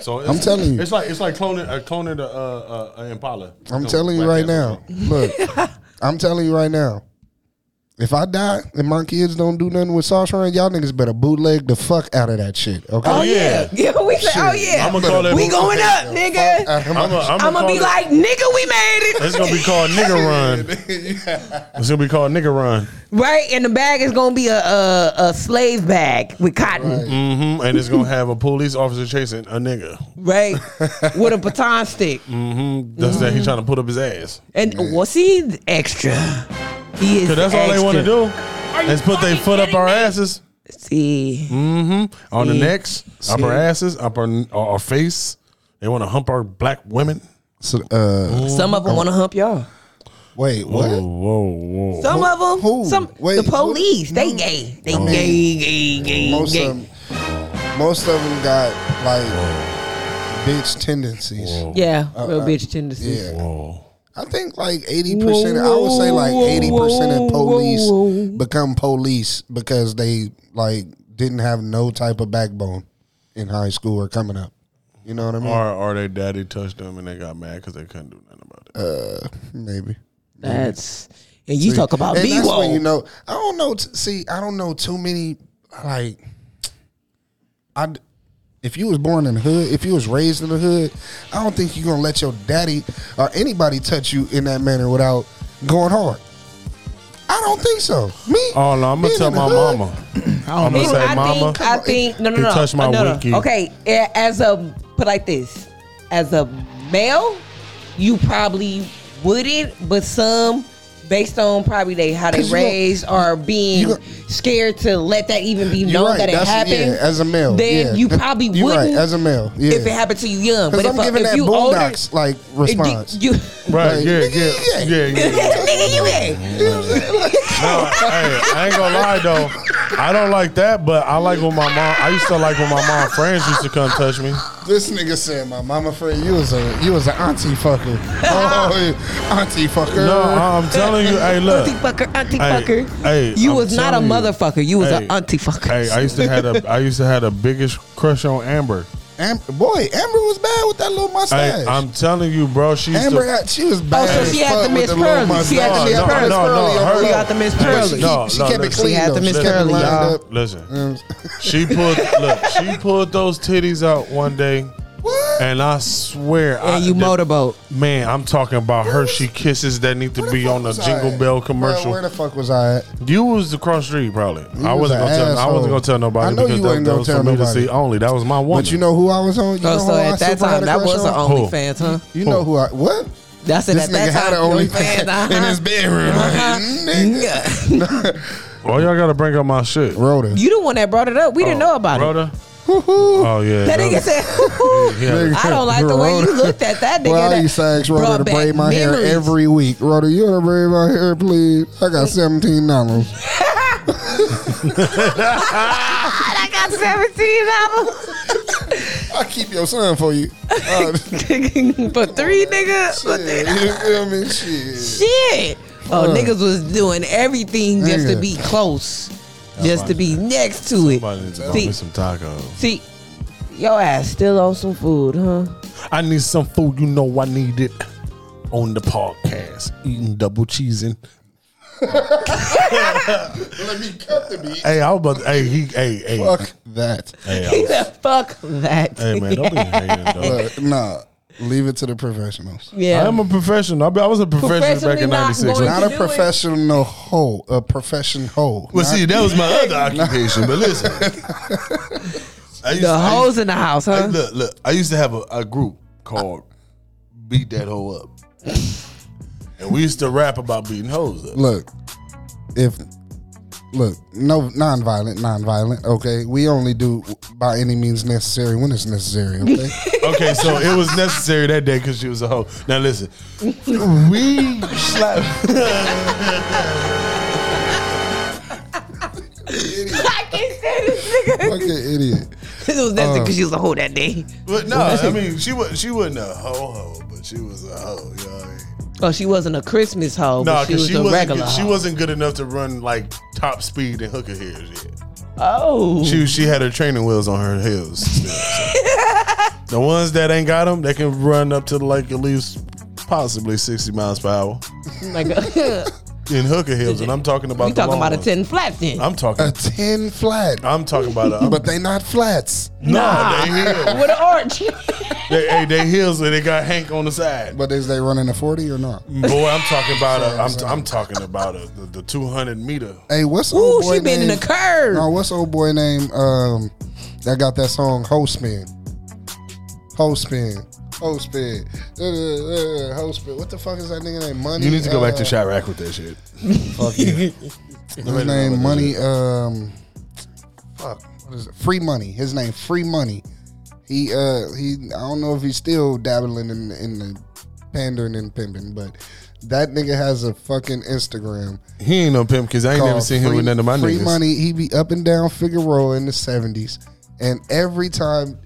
Speaker 1: So it's,
Speaker 3: I'm telling you.
Speaker 1: it's like it's like cloning a cloning the uh, uh, uh, Impala.
Speaker 3: I'm telling you right now. Look, I'm telling you right now. If I die and my kids don't do nothing with sauce Run, y'all niggas better bootleg the fuck out of that shit. Okay.
Speaker 4: Oh
Speaker 1: yeah.
Speaker 4: yeah, yeah. We say, oh yeah.
Speaker 1: I'ma call that-
Speaker 4: We going up, nigga.
Speaker 1: I'm gonna
Speaker 4: I'm gonna be like, nigga, we made it.
Speaker 1: it's gonna be called nigga run. It's gonna be called nigga run,
Speaker 4: Right, and the bag is gonna be a a, a slave bag with cotton,
Speaker 1: hmm and it's gonna have a police officer chasing a nigga. Mm-hmm.
Speaker 4: right,
Speaker 1: Mm.
Speaker 4: with a baton stick.
Speaker 1: That's that he trying to put up his ass.
Speaker 4: And what's he extra? He is.
Speaker 1: Cause that's all they want to
Speaker 4: extra.
Speaker 1: do
Speaker 7: you
Speaker 1: is put their
Speaker 7: fucking
Speaker 1: foot up
Speaker 7: kidding
Speaker 1: our
Speaker 7: me?
Speaker 1: asses
Speaker 4: See,
Speaker 1: Mm-hmm. on the
Speaker 4: See?
Speaker 1: necks, up our asses, up our our our face. They want to hump our black women.
Speaker 3: So, uh,
Speaker 4: some of them want to hump y'all.
Speaker 3: wait, what?
Speaker 1: Whoa, whoa, whoa!
Speaker 4: Some of them,
Speaker 3: Who?
Speaker 4: some
Speaker 3: Wait,
Speaker 4: the
Speaker 3: who?
Speaker 4: police, they
Speaker 3: No.
Speaker 4: gay, they
Speaker 3: I mean,
Speaker 4: gay, gay, gay,
Speaker 3: most
Speaker 4: gay.
Speaker 3: of them, most of them got like bitch tendencies.
Speaker 4: yeah, real bitch tendencies.
Speaker 3: Uh, Yeah,
Speaker 1: Whoa.
Speaker 3: I think like eighty percent. I would say like
Speaker 4: whoa,
Speaker 3: eighty percent
Speaker 4: whoa,
Speaker 3: of police
Speaker 4: whoa.
Speaker 3: become police because they like didn't have no type of backbone in high school or coming up. You know what I mean?
Speaker 1: Or or their daddy touched them and they got mad because they couldn't do nothing about it.
Speaker 3: Maybe.
Speaker 4: That's and you talk about
Speaker 3: And
Speaker 4: me.
Speaker 3: that's when
Speaker 4: Whoa,
Speaker 3: you know. I don't know. t- See, I don't know too many. Like, I. d- If you was born in the hood, if you was raised in the hood, I don't think you're gonna let your daddy or anybody touch you in that manner without going hard. I don't think so. Me?
Speaker 1: oh no, I'm gonna
Speaker 3: being
Speaker 1: tell
Speaker 3: in the
Speaker 1: my
Speaker 3: hood,
Speaker 1: mama. I'm gonna
Speaker 4: If
Speaker 1: say,
Speaker 4: I
Speaker 1: mama.
Speaker 4: think, I think, no, no,
Speaker 1: He
Speaker 4: no.
Speaker 1: touched my
Speaker 4: no, no.
Speaker 1: winky.
Speaker 4: Okay, a- as a put like this, as a male, you probably wouldn't, but some. Based on probably they how they
Speaker 3: 'Cause you gon-
Speaker 4: raised or being
Speaker 3: you gon-
Speaker 4: scared to let that even be
Speaker 3: You're
Speaker 4: known
Speaker 3: right.
Speaker 4: that it
Speaker 3: That's-
Speaker 4: happened.
Speaker 3: yeah, as a male,
Speaker 4: then
Speaker 3: yeah.
Speaker 4: you probably
Speaker 3: You're right,
Speaker 4: wouldn't
Speaker 3: as a male, yeah.
Speaker 4: if it happened to you young. But
Speaker 3: Because
Speaker 4: if,
Speaker 3: I'm
Speaker 4: a-
Speaker 3: giving
Speaker 4: if
Speaker 3: that
Speaker 4: you older,
Speaker 3: boondocks like response.
Speaker 4: you,
Speaker 1: Right?
Speaker 3: Like,
Speaker 1: yeah, yeah,
Speaker 3: nigga,
Speaker 1: yeah, yeah.
Speaker 4: nigga, you in?
Speaker 1: No, hey, I ain't gonna lie though. I don't like that, but I like when my mom. I used to like when my mom friends used to come touch me.
Speaker 3: This nigga said, "My mama friend, you was a you was an auntie fucker. Oh, auntie fucker.
Speaker 1: No, uh, I'm telling you. Hey, look.
Speaker 4: Auntie fucker, auntie
Speaker 1: Hey,
Speaker 4: fucker.
Speaker 1: hey,
Speaker 4: you
Speaker 1: I'm
Speaker 4: was not a
Speaker 1: telling you.
Speaker 4: motherfucker. You was a
Speaker 1: Hey,
Speaker 4: auntie fucker.
Speaker 1: Hey, I used to had a I used to had the biggest crush on Amber.
Speaker 3: Am- boy, Amber was bad with that little mustache.
Speaker 1: Hey, I'm telling you, bro. She used
Speaker 3: Amber,
Speaker 1: to,
Speaker 3: had, she was bad.
Speaker 4: Oh, so
Speaker 3: as
Speaker 4: she had
Speaker 3: fuck
Speaker 4: the
Speaker 3: with
Speaker 4: Miss
Speaker 3: the little
Speaker 4: Pearly. She had the Miss
Speaker 3: mustache. She had
Speaker 4: Pearly.
Speaker 3: Miss
Speaker 1: No, no,
Speaker 3: Pearly
Speaker 1: no,
Speaker 3: over
Speaker 1: her-
Speaker 3: there.
Speaker 1: She got
Speaker 4: the Miss
Speaker 3: But
Speaker 4: Pearly.
Speaker 3: She,
Speaker 1: No,
Speaker 3: she
Speaker 1: no,
Speaker 3: kept it
Speaker 1: listen.
Speaker 3: clean.
Speaker 4: She had
Speaker 3: though.
Speaker 4: the Miss
Speaker 3: kept it
Speaker 4: Pearly,
Speaker 3: lined
Speaker 4: y'all.
Speaker 3: up.
Speaker 1: Listen, she pulled look, she pulled those titties out one day,
Speaker 3: What?
Speaker 1: and I swear, I,
Speaker 4: and you
Speaker 1: the-
Speaker 4: motorboat.
Speaker 1: Man, I'm talking about Hershey Kisses that need to
Speaker 3: Where
Speaker 1: be
Speaker 3: fuck
Speaker 1: on the
Speaker 3: was I
Speaker 1: Jingle
Speaker 3: at?
Speaker 1: Bell
Speaker 3: Bruh,
Speaker 1: commercial.
Speaker 3: where the fuck was I at?
Speaker 1: you was across the street, probably. I
Speaker 3: was
Speaker 1: wasn't
Speaker 3: an
Speaker 1: gonna tell. I
Speaker 3: asshole.
Speaker 1: wasn't gonna tell nobody
Speaker 3: I know
Speaker 1: because
Speaker 3: you
Speaker 1: that,
Speaker 3: wasn't
Speaker 1: that
Speaker 3: gonna
Speaker 1: was
Speaker 3: tell
Speaker 1: for me to
Speaker 3: nobody.
Speaker 1: see only. That was my woman.
Speaker 3: But you know who I was on? You
Speaker 4: Oh,
Speaker 3: know who
Speaker 4: so
Speaker 3: I
Speaker 4: at that
Speaker 3: super had
Speaker 4: time, that
Speaker 3: crush
Speaker 4: was an
Speaker 3: on?
Speaker 4: OnlyFans, huh?
Speaker 3: You know who I what?
Speaker 4: That's it.
Speaker 3: This
Speaker 4: At that
Speaker 3: nigga
Speaker 4: time,
Speaker 3: had an
Speaker 4: OnlyFans.
Speaker 3: OnlyFans in
Speaker 4: Uh-huh.
Speaker 3: his bedroom. Nigga.
Speaker 4: Yeah.
Speaker 1: why y'all gotta bring up my shit?
Speaker 3: Rhoda.
Speaker 4: you the one that brought it up. We didn't know about it.
Speaker 1: Brother. Oh yeah.
Speaker 4: That nigga said,
Speaker 1: yeah.
Speaker 4: I don't like the way you looked at that nigga.
Speaker 3: Well, I
Speaker 4: That
Speaker 3: used to ask
Speaker 4: brought
Speaker 3: Rhoda to
Speaker 4: back
Speaker 3: braid my hair
Speaker 4: memories.
Speaker 3: every week. Rhoda, you want to braid my hair, please? I got seventeen dollars.
Speaker 4: I got seventeen
Speaker 3: I keep your son for you. Uh, shit,
Speaker 4: dollars for three niggas.
Speaker 3: you
Speaker 4: For three dollars.
Speaker 3: feel me? Shit.
Speaker 4: Shit. Oh, niggas was doing everything just to
Speaker 3: Nigga.
Speaker 4: be close, just to be next to it.
Speaker 1: Somebody needs to buy
Speaker 4: See-
Speaker 1: me some tacos.
Speaker 4: See, your ass still on some food, huh?
Speaker 1: I need some food. You know I need it on the podcast. Eating double cheesing.
Speaker 3: Let me cut the beat.
Speaker 1: Hey, I was about. To, hey, he. Hey, hey.
Speaker 3: Fuck that.
Speaker 1: Hey, I
Speaker 4: He
Speaker 1: was-
Speaker 4: said, "Fuck that."
Speaker 1: hey, man, don't be hating, dog.
Speaker 3: But nah, leave it to the professionals.
Speaker 4: yeah.
Speaker 1: I am a professional. I, be- I was a professional back
Speaker 4: Professionally
Speaker 1: in
Speaker 4: not
Speaker 1: '96.
Speaker 4: going
Speaker 3: Not
Speaker 4: to
Speaker 3: a
Speaker 4: do it.
Speaker 3: professional hoe, a profession hoe.
Speaker 1: Well,
Speaker 3: Not-
Speaker 1: see, that was my other occupation. But listen, I used,
Speaker 4: the
Speaker 1: I
Speaker 4: hoes
Speaker 1: used-
Speaker 4: in the house,
Speaker 1: I-
Speaker 4: huh?
Speaker 1: look, look. I used to have a, a group called "Beat That Hoe Up," and we used to rap about beating hoes up.
Speaker 3: look, if look, no non-violent, non-violent. Okay, we only do by any means necessary when it's necessary. Okay,
Speaker 1: Okay, so it was necessary that day because she was a hoe. Now listen, we slapped.
Speaker 4: I can't stand this nigga.
Speaker 3: fucking idiot.
Speaker 4: It was
Speaker 3: Uh.
Speaker 4: that because she was a hoe that day.
Speaker 1: But no, I mean she was she wasn't a hoe hoe, but she was a hoe. You know what I mean?
Speaker 4: Oh, she wasn't a Christmas hoe,
Speaker 1: No,
Speaker 4: but she
Speaker 1: because
Speaker 4: was
Speaker 1: she,
Speaker 4: a
Speaker 1: wasn't
Speaker 4: regular.
Speaker 1: good, she
Speaker 4: hoe.
Speaker 1: wasn't good enough to run like top speed and hooker heels yet.
Speaker 4: Oh,
Speaker 1: She she had her training wheels on her heels. Still, so. the ones that ain't got them, they can run up to like at least possibly sixty miles per hour
Speaker 4: like a,
Speaker 1: in hooker heels, and I'm talking about
Speaker 4: we
Speaker 1: the
Speaker 4: talking
Speaker 1: long
Speaker 4: about a
Speaker 1: ones.
Speaker 4: ten flat then.
Speaker 1: I'm
Speaker 3: A
Speaker 1: talking.
Speaker 3: ten flat,
Speaker 1: I'm talking about a.
Speaker 3: but they not flats.
Speaker 1: no, they heels.
Speaker 4: with an arch.
Speaker 1: They, hey, they heels and they got Hank on the side.
Speaker 3: But is they running a forty or not?
Speaker 1: Boy, I'm talking about a. I'm, I'm talking about a, the, the 200 meter.
Speaker 3: Hey, what's
Speaker 4: Ooh,
Speaker 3: old boy
Speaker 4: she been in
Speaker 3: name?
Speaker 4: the curve.
Speaker 3: No, what's old boy name? Um, that got that song Ho Spin. Ho Spin. Ho Spin. Uh, uh, Ho Spin. What the fuck is that nigga name? Money.
Speaker 1: You need to go back to
Speaker 3: uh,
Speaker 1: Chirac with that shit.
Speaker 3: Fuck yeah.
Speaker 1: Nobody
Speaker 3: His
Speaker 1: know
Speaker 3: name
Speaker 1: about
Speaker 3: Money. Um, fuck. What is it? Free Money. His name Free Money. He uh he. I don't know if he's still dabbling in in the pandering and pimping, but that nigga has a fucking Instagram.
Speaker 1: He ain't no pimp because I ain't never
Speaker 3: called
Speaker 1: seen him with none of my
Speaker 3: free
Speaker 1: niggas.
Speaker 3: money. He be up and down Figueroa in the seventies, and every time,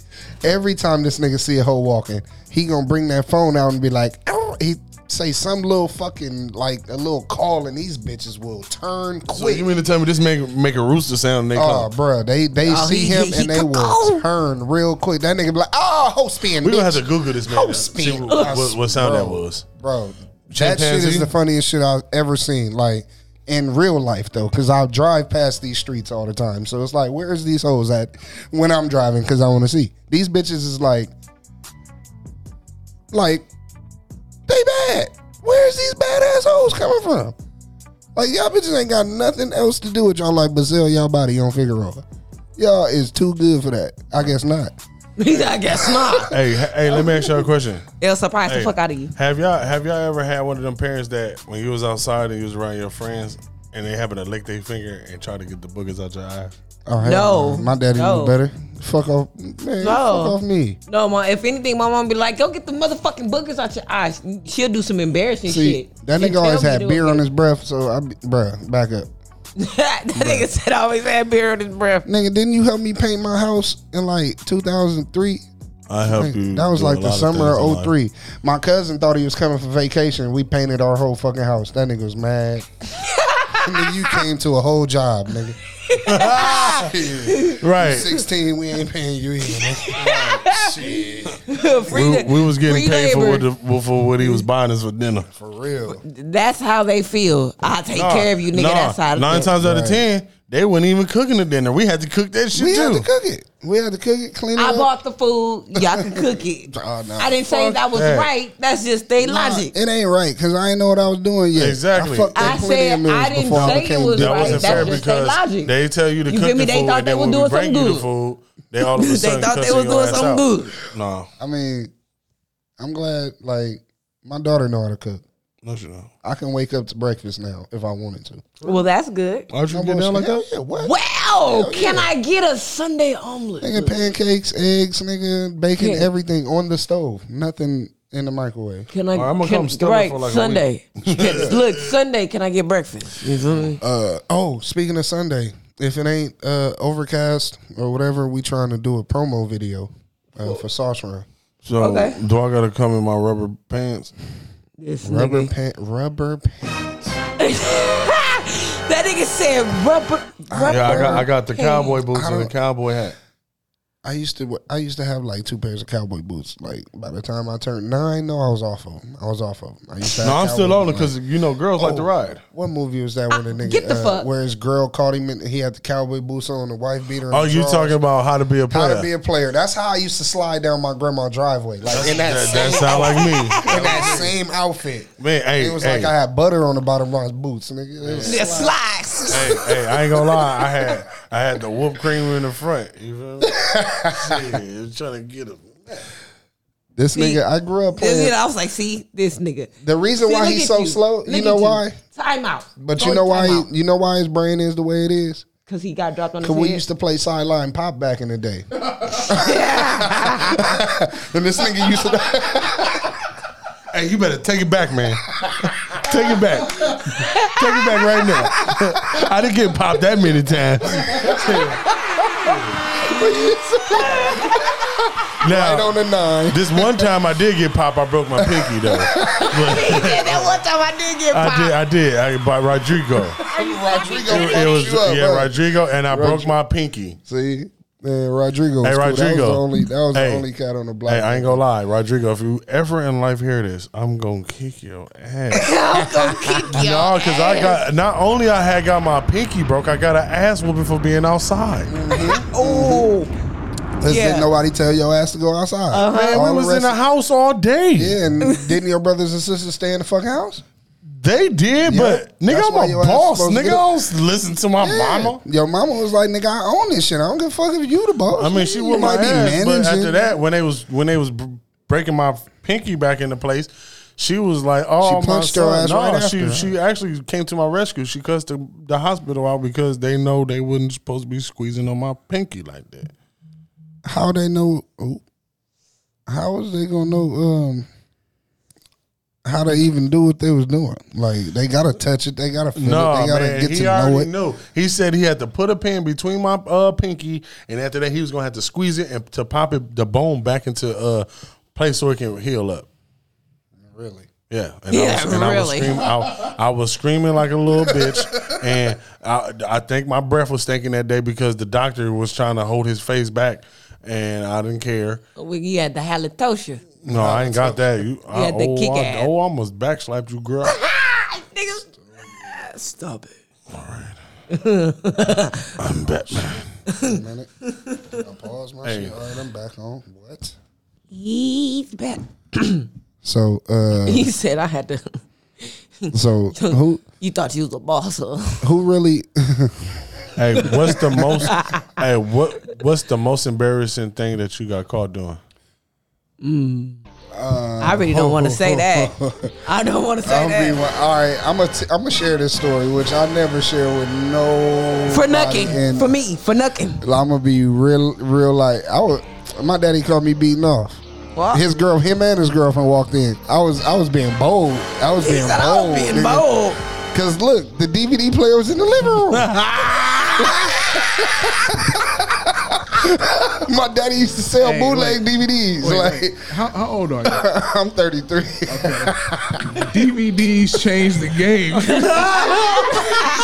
Speaker 3: every time this nigga see a hoe walking, he gonna bring that phone out and be like, "Ow." he say some little fucking like a little call, and these bitches will turn
Speaker 1: So
Speaker 3: quick.
Speaker 1: you mean to tell me this make make a rooster sound? And they
Speaker 3: Oh,
Speaker 1: come?
Speaker 3: bruh, they they
Speaker 4: Oh,
Speaker 3: see
Speaker 4: he-
Speaker 3: him
Speaker 4: he-
Speaker 3: and they
Speaker 4: he-
Speaker 3: will
Speaker 4: oh.
Speaker 3: turn real quick. That nigga be like, oh, hoe spin.
Speaker 1: We gonna have
Speaker 3: bitch."
Speaker 1: to Google this man.
Speaker 3: Hoe
Speaker 1: now. See
Speaker 3: spin.
Speaker 1: what, what, what sound that
Speaker 3: Bro,
Speaker 1: was.
Speaker 3: bro. That shit
Speaker 1: Chimpanzee?
Speaker 3: is the funniest shit I've ever seen. Like in real life though, because I drive past these streets all the time. So it's like, where's these hoes at when I'm driving? Because I want to see these bitches is like, like they bad. Where's these badass hoes coming from? Like y'all bitches ain't got nothing else to do with y'all. Like Brazil, y'all body on Figueroa. Y'all is too good for that. I guess not.
Speaker 4: I guess not.
Speaker 1: Hey, h- hey, let me ask y'all a question.
Speaker 4: It'll surprise
Speaker 1: Hey,
Speaker 4: the fuck out of you.
Speaker 1: Have y'all have y'all ever had one of them parents that when you was outside and you was around your friends and they happen to lick their finger and try to get the boogers out your eye?
Speaker 3: Oh,
Speaker 4: No.
Speaker 3: hell my daddy
Speaker 4: No.
Speaker 3: knew better. Fuck off, man. Fuck off me.
Speaker 4: No, mom. If anything, my mom be like, "Go get the motherfucking boogers out your eyes." She'll do some embarrassing
Speaker 3: See,
Speaker 4: shit.
Speaker 3: that
Speaker 4: She
Speaker 3: nigga
Speaker 4: tell
Speaker 3: always
Speaker 4: me
Speaker 3: had
Speaker 4: to do
Speaker 3: beer
Speaker 4: it.
Speaker 3: on his breath, so I, be- bruh, back up.
Speaker 4: that nigga said, "I always had beer on his breath."
Speaker 3: Nigga, didn't you help me paint my house in like 2003?
Speaker 1: I helped you.
Speaker 3: That was
Speaker 1: do Mm, a
Speaker 3: like the
Speaker 1: lot of
Speaker 3: summer
Speaker 1: things in
Speaker 3: of
Speaker 1: life.
Speaker 3: 03. My cousin thought he was coming for vacation. We painted our whole fucking house. That nigga was mad. and then you came to a whole job, nigga. Shit.
Speaker 1: Right.
Speaker 3: 16, we ain't paying you either. nigga. Shit.
Speaker 2: Free
Speaker 1: We,
Speaker 2: la-
Speaker 1: we was getting
Speaker 2: free
Speaker 1: paid for
Speaker 2: labor.
Speaker 1: what, the, for what he was buying us for dinner.
Speaker 3: For real.
Speaker 2: That's how they feel. I take care of you, nigga.
Speaker 1: Nah,
Speaker 2: that's how.
Speaker 1: Nine times out of ten, they weren't even cooking the dinner. We had to cook that shit
Speaker 3: We
Speaker 1: too.
Speaker 3: had to cook it. We had to cook it, clean it
Speaker 2: I
Speaker 3: up.
Speaker 2: bought the food. Y'all can cook it.
Speaker 3: Oh, no.
Speaker 2: I didn't say
Speaker 1: Fuck
Speaker 2: that was
Speaker 1: that.
Speaker 2: right. That's just they
Speaker 3: Nah,
Speaker 2: logic.
Speaker 3: It ain't right because I ain't know what I was doing yet.
Speaker 1: Exactly.
Speaker 3: I, fucked up
Speaker 2: I
Speaker 3: plenty
Speaker 2: said
Speaker 3: of meals
Speaker 2: I didn't
Speaker 3: before
Speaker 2: say it
Speaker 3: became
Speaker 2: was
Speaker 3: big.
Speaker 1: That
Speaker 2: right.
Speaker 1: wasn't
Speaker 2: That's
Speaker 1: fair
Speaker 2: just
Speaker 1: because
Speaker 2: their logic.
Speaker 1: they tell you to
Speaker 2: You
Speaker 1: cook
Speaker 2: feel me?
Speaker 1: the
Speaker 2: They
Speaker 1: food,
Speaker 2: thought
Speaker 1: and
Speaker 2: they
Speaker 1: then
Speaker 2: were
Speaker 1: when we
Speaker 2: doing
Speaker 1: bring
Speaker 2: something
Speaker 1: you the
Speaker 2: good.
Speaker 1: food, they all of a
Speaker 2: They
Speaker 1: sudden
Speaker 2: thought they
Speaker 1: cussing
Speaker 2: was
Speaker 1: your
Speaker 2: doing
Speaker 1: ass
Speaker 2: something
Speaker 1: out.
Speaker 2: good.
Speaker 1: No,
Speaker 3: I mean, I'm glad. Like my daughter know how to cook.
Speaker 1: no, you don't.
Speaker 3: I can wake up to breakfast now if I wanted to.
Speaker 2: Well, that's good.
Speaker 1: Aren't you
Speaker 3: No
Speaker 1: getting down like
Speaker 3: bullshit. Hell
Speaker 1: that?
Speaker 3: Yeah, what?
Speaker 2: Well,
Speaker 3: Hell
Speaker 2: can
Speaker 3: yeah.
Speaker 2: I get a Sunday omelet?
Speaker 3: Nigga, pancakes, eggs, nigga, bacon,
Speaker 2: Yeah.
Speaker 3: everything on the stove. Nothing in the microwave.
Speaker 2: Can I?
Speaker 1: Or I'ma
Speaker 2: can,
Speaker 1: come stubborn
Speaker 2: right,
Speaker 1: for like a
Speaker 2: Sunday. Look, Sunday. Can I get breakfast? You feel me?
Speaker 3: Uh oh, speaking of Sunday, if it ain't uh overcast or whatever, we trying to do a promo video uh, for Sauce Run.
Speaker 1: So
Speaker 2: Okay.
Speaker 1: do I gotta come in my rubber pants?
Speaker 2: This
Speaker 3: Rubber
Speaker 2: nigga.
Speaker 3: pant rubber pants.
Speaker 2: that nigga said rubber. rubber.
Speaker 1: Yeah, I got I got the
Speaker 2: pants.
Speaker 1: cowboy boots
Speaker 3: I
Speaker 1: and the
Speaker 3: don't-
Speaker 1: cowboy hat.
Speaker 3: I used to I used to have like two pairs of cowboy boots. Like by the time I turned nine, no, I was off of them. I was off of them. I used to have
Speaker 1: No, I'm still
Speaker 3: cowboy
Speaker 1: on it
Speaker 3: boots.
Speaker 1: because you know girls like to
Speaker 3: Oh.
Speaker 1: ride.
Speaker 3: What movie was that when the nigga
Speaker 2: Ah, get the
Speaker 3: uh,
Speaker 2: fuck.
Speaker 3: where his girl caught him and he had the cowboy boots on, the wife beater? and
Speaker 1: Oh,
Speaker 3: the
Speaker 1: you
Speaker 3: drawers?
Speaker 1: talking about how to be a
Speaker 3: how
Speaker 1: player?
Speaker 3: to be a player? That's how I used to slide down my grandma's driveway, like in that,
Speaker 1: that, that sound like me,
Speaker 3: in that same outfit.
Speaker 1: man. Hey,
Speaker 3: it was
Speaker 1: hey,
Speaker 3: like I had butter on the bottom of my boots, nigga. It was-
Speaker 2: Yeah, slice.
Speaker 1: hey, hey, I ain't gonna lie. I had I had the whoop cream in the front. You feel me? Shit, trying to get him.
Speaker 3: This nigga, I grew up
Speaker 2: This, you know,
Speaker 3: playing.
Speaker 2: I was like, see, this nigga.
Speaker 3: The reason
Speaker 2: See,
Speaker 3: why
Speaker 2: look
Speaker 3: he's
Speaker 2: at
Speaker 3: so slow,
Speaker 2: Look
Speaker 3: you know
Speaker 2: at
Speaker 3: why?
Speaker 2: Time out. Oh,
Speaker 3: But you know why? He, you know why his brain is the way it is.
Speaker 2: Because he got dropped on
Speaker 3: Cause
Speaker 2: the
Speaker 3: we
Speaker 2: head.
Speaker 3: used to play sideline pop back in the day. and this nigga used to.
Speaker 1: Hey, you better take it back, man. take it back. Take it back right now. I didn't get popped that many times.
Speaker 3: Right on
Speaker 1: now,
Speaker 3: the nine.
Speaker 1: this one time I did get popped. I broke my pinky though. But
Speaker 2: yeah, that one time I did get
Speaker 1: I
Speaker 2: popped.
Speaker 1: did. I did. I, by Rodrigo.
Speaker 3: Rodrigo
Speaker 1: It, it was yeah, Rodrigo, and I broke my pinky.
Speaker 3: See, man, Rodrigo.
Speaker 1: Hey,
Speaker 3: was cool. That was
Speaker 1: Rodrigo.
Speaker 3: the only. That was
Speaker 1: Hey.
Speaker 3: the only cat on the block.
Speaker 1: Hey, I ain't gonna lie, Rodrigo. If you ever in life hear this, I'm gonna kick your ass.
Speaker 2: I'm gonna kick you.
Speaker 1: No, because I got not only I had got my pinky broke, I got an ass whooping for being outside.
Speaker 2: Oh,
Speaker 3: Let's
Speaker 2: yeah.
Speaker 3: did nobody tell your ass to go outside.
Speaker 1: Man,
Speaker 3: All
Speaker 1: we was in
Speaker 3: rest-
Speaker 1: the house all day.
Speaker 3: Yeah, and didn't your brothers and sisters stay in the fuck house?
Speaker 1: They did,
Speaker 3: Yeah.
Speaker 1: but
Speaker 3: That's
Speaker 1: nigga,
Speaker 3: why
Speaker 1: I'm a
Speaker 3: your ass
Speaker 1: boss.
Speaker 3: supposed
Speaker 1: Nigga,
Speaker 3: to
Speaker 1: I
Speaker 3: get-
Speaker 1: don't listen to my mama.
Speaker 3: Yeah. Your mama was like, "Nigga, I own this shit. I don't give a fuck if you the boss."
Speaker 1: I mean, she
Speaker 3: You
Speaker 1: whooped my
Speaker 3: might be
Speaker 1: ass, but
Speaker 3: managing.
Speaker 1: after that, when they was when they was br- breaking my pinky back into place, she was like, "Oh,
Speaker 3: She punched
Speaker 1: my
Speaker 3: her
Speaker 1: son.
Speaker 3: ass
Speaker 1: no,
Speaker 3: right
Speaker 1: she
Speaker 3: after,
Speaker 1: she actually came to my rescue. She cussed the, the hospital out because they know they wasn't supposed to be squeezing on my pinky like that.
Speaker 3: how they know oh, how is they gonna know um how to even do what they was doing like they gotta touch it they gotta feel it
Speaker 1: No,
Speaker 3: they gotta
Speaker 1: man,
Speaker 3: get
Speaker 1: he
Speaker 3: to know
Speaker 1: already
Speaker 3: it
Speaker 1: knew. He said he had to put a pin between my uh, pinky, and after that, he was gonna have to squeeze it and to pop it, the bone back into uh, place so it can heal up.
Speaker 3: really
Speaker 1: Yeah, and
Speaker 2: Yeah,
Speaker 1: I was, and I was
Speaker 2: really.
Speaker 1: screaming, I, I was screaming like a little bitch, and I, I think my breath was stinking that day because the doctor was trying to hold his face back, and I didn't care.
Speaker 2: we, you had the halitosis.
Speaker 1: No, I ain't got that. You, I,
Speaker 2: had to
Speaker 1: oh,
Speaker 2: kick
Speaker 1: I,
Speaker 2: ass.
Speaker 1: oh, I almost backslapped you, girl.
Speaker 2: Ah, Nigga, stop it.
Speaker 1: I'm Batman.
Speaker 3: a minute I pause my shit all right I'm back on what
Speaker 2: He's back.
Speaker 3: so uh
Speaker 2: He said I had to.
Speaker 3: so who
Speaker 2: You thought you was a boss, huh?
Speaker 3: who really
Speaker 1: Hey, what's the most? hey, what what's the most embarrassing thing that you got caught doing?
Speaker 2: I really don't want to say that. I don't want to say
Speaker 3: I'm be,
Speaker 2: that.
Speaker 3: one- all right I'm gonna t- I'm gonna share this story which I never share with no
Speaker 2: for nothing. For me. For nothing.
Speaker 3: I'm gonna be real, real. Like I was, my daddy called me beating off.
Speaker 2: What?
Speaker 3: His girl, him and his girlfriend walked in. I was, I was being bold. I was
Speaker 2: He
Speaker 3: being
Speaker 2: said I
Speaker 3: bold.
Speaker 2: was being
Speaker 3: nigga.
Speaker 2: bold.
Speaker 3: Cause look, the DVD player was in the living room. My daddy used to sell
Speaker 8: Hey,
Speaker 3: bootleg
Speaker 8: wait.
Speaker 3: DVDs.
Speaker 8: Wait,
Speaker 3: like
Speaker 8: wait. How, how old are you?
Speaker 3: I'm 33.
Speaker 8: DVDs changed the game.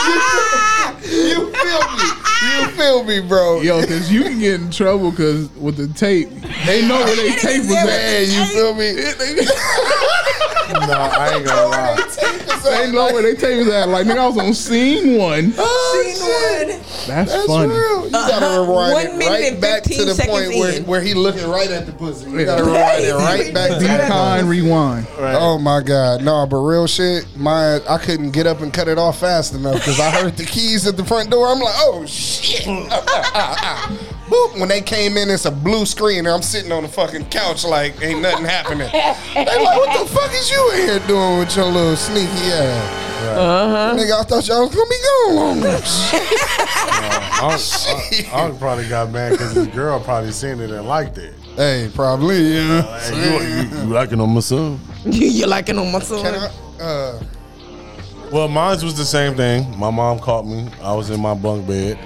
Speaker 3: you feel me? You feel me, bro?
Speaker 8: Yo, because you can get in trouble because with the tape, they know where they tape was
Speaker 3: Man,
Speaker 8: at.
Speaker 3: you feel me?
Speaker 1: Nah, I ain't gonna lie.
Speaker 8: They know where they tape was at. Like, nigga, I was on scene one.
Speaker 3: Oh, shit.
Speaker 8: That's,
Speaker 3: That's
Speaker 8: funny.
Speaker 3: real. You gotta
Speaker 2: Uh-huh. One
Speaker 3: rewind it
Speaker 2: minute
Speaker 3: right
Speaker 2: and
Speaker 3: back to
Speaker 2: 15
Speaker 3: the point
Speaker 2: seconds
Speaker 3: where,
Speaker 2: in.
Speaker 3: where he looking right at the pussy. You
Speaker 8: Yeah.
Speaker 3: gotta rewind it right back to
Speaker 8: Be
Speaker 3: that point.
Speaker 8: kind, rewind.
Speaker 3: Oh my god, no, but real shit, mine. I couldn't get up and cut it off fast enough because I heard the keys at the front door. I'm like, oh shit! Ah, ah, ah, ah. Boop. When they came in, it's a blue screen, and I'm sitting on the fucking couch like ain't nothing happening. They like, what the fuck is you in here doing with your little sneaky ass? Uh-huh. Nigga, I thought y'all was gonna be gone longer.
Speaker 1: Unc- Unc Unc probably got mad because his girl probably seen it and liked it.
Speaker 3: hey, probably. Yeah.
Speaker 1: Oh, Hey, you, you, you liking on myself?
Speaker 2: you liking on my son?
Speaker 3: Can I, uh,
Speaker 1: Well, mine was the same thing. My mom caught me. I was in my bunk bed,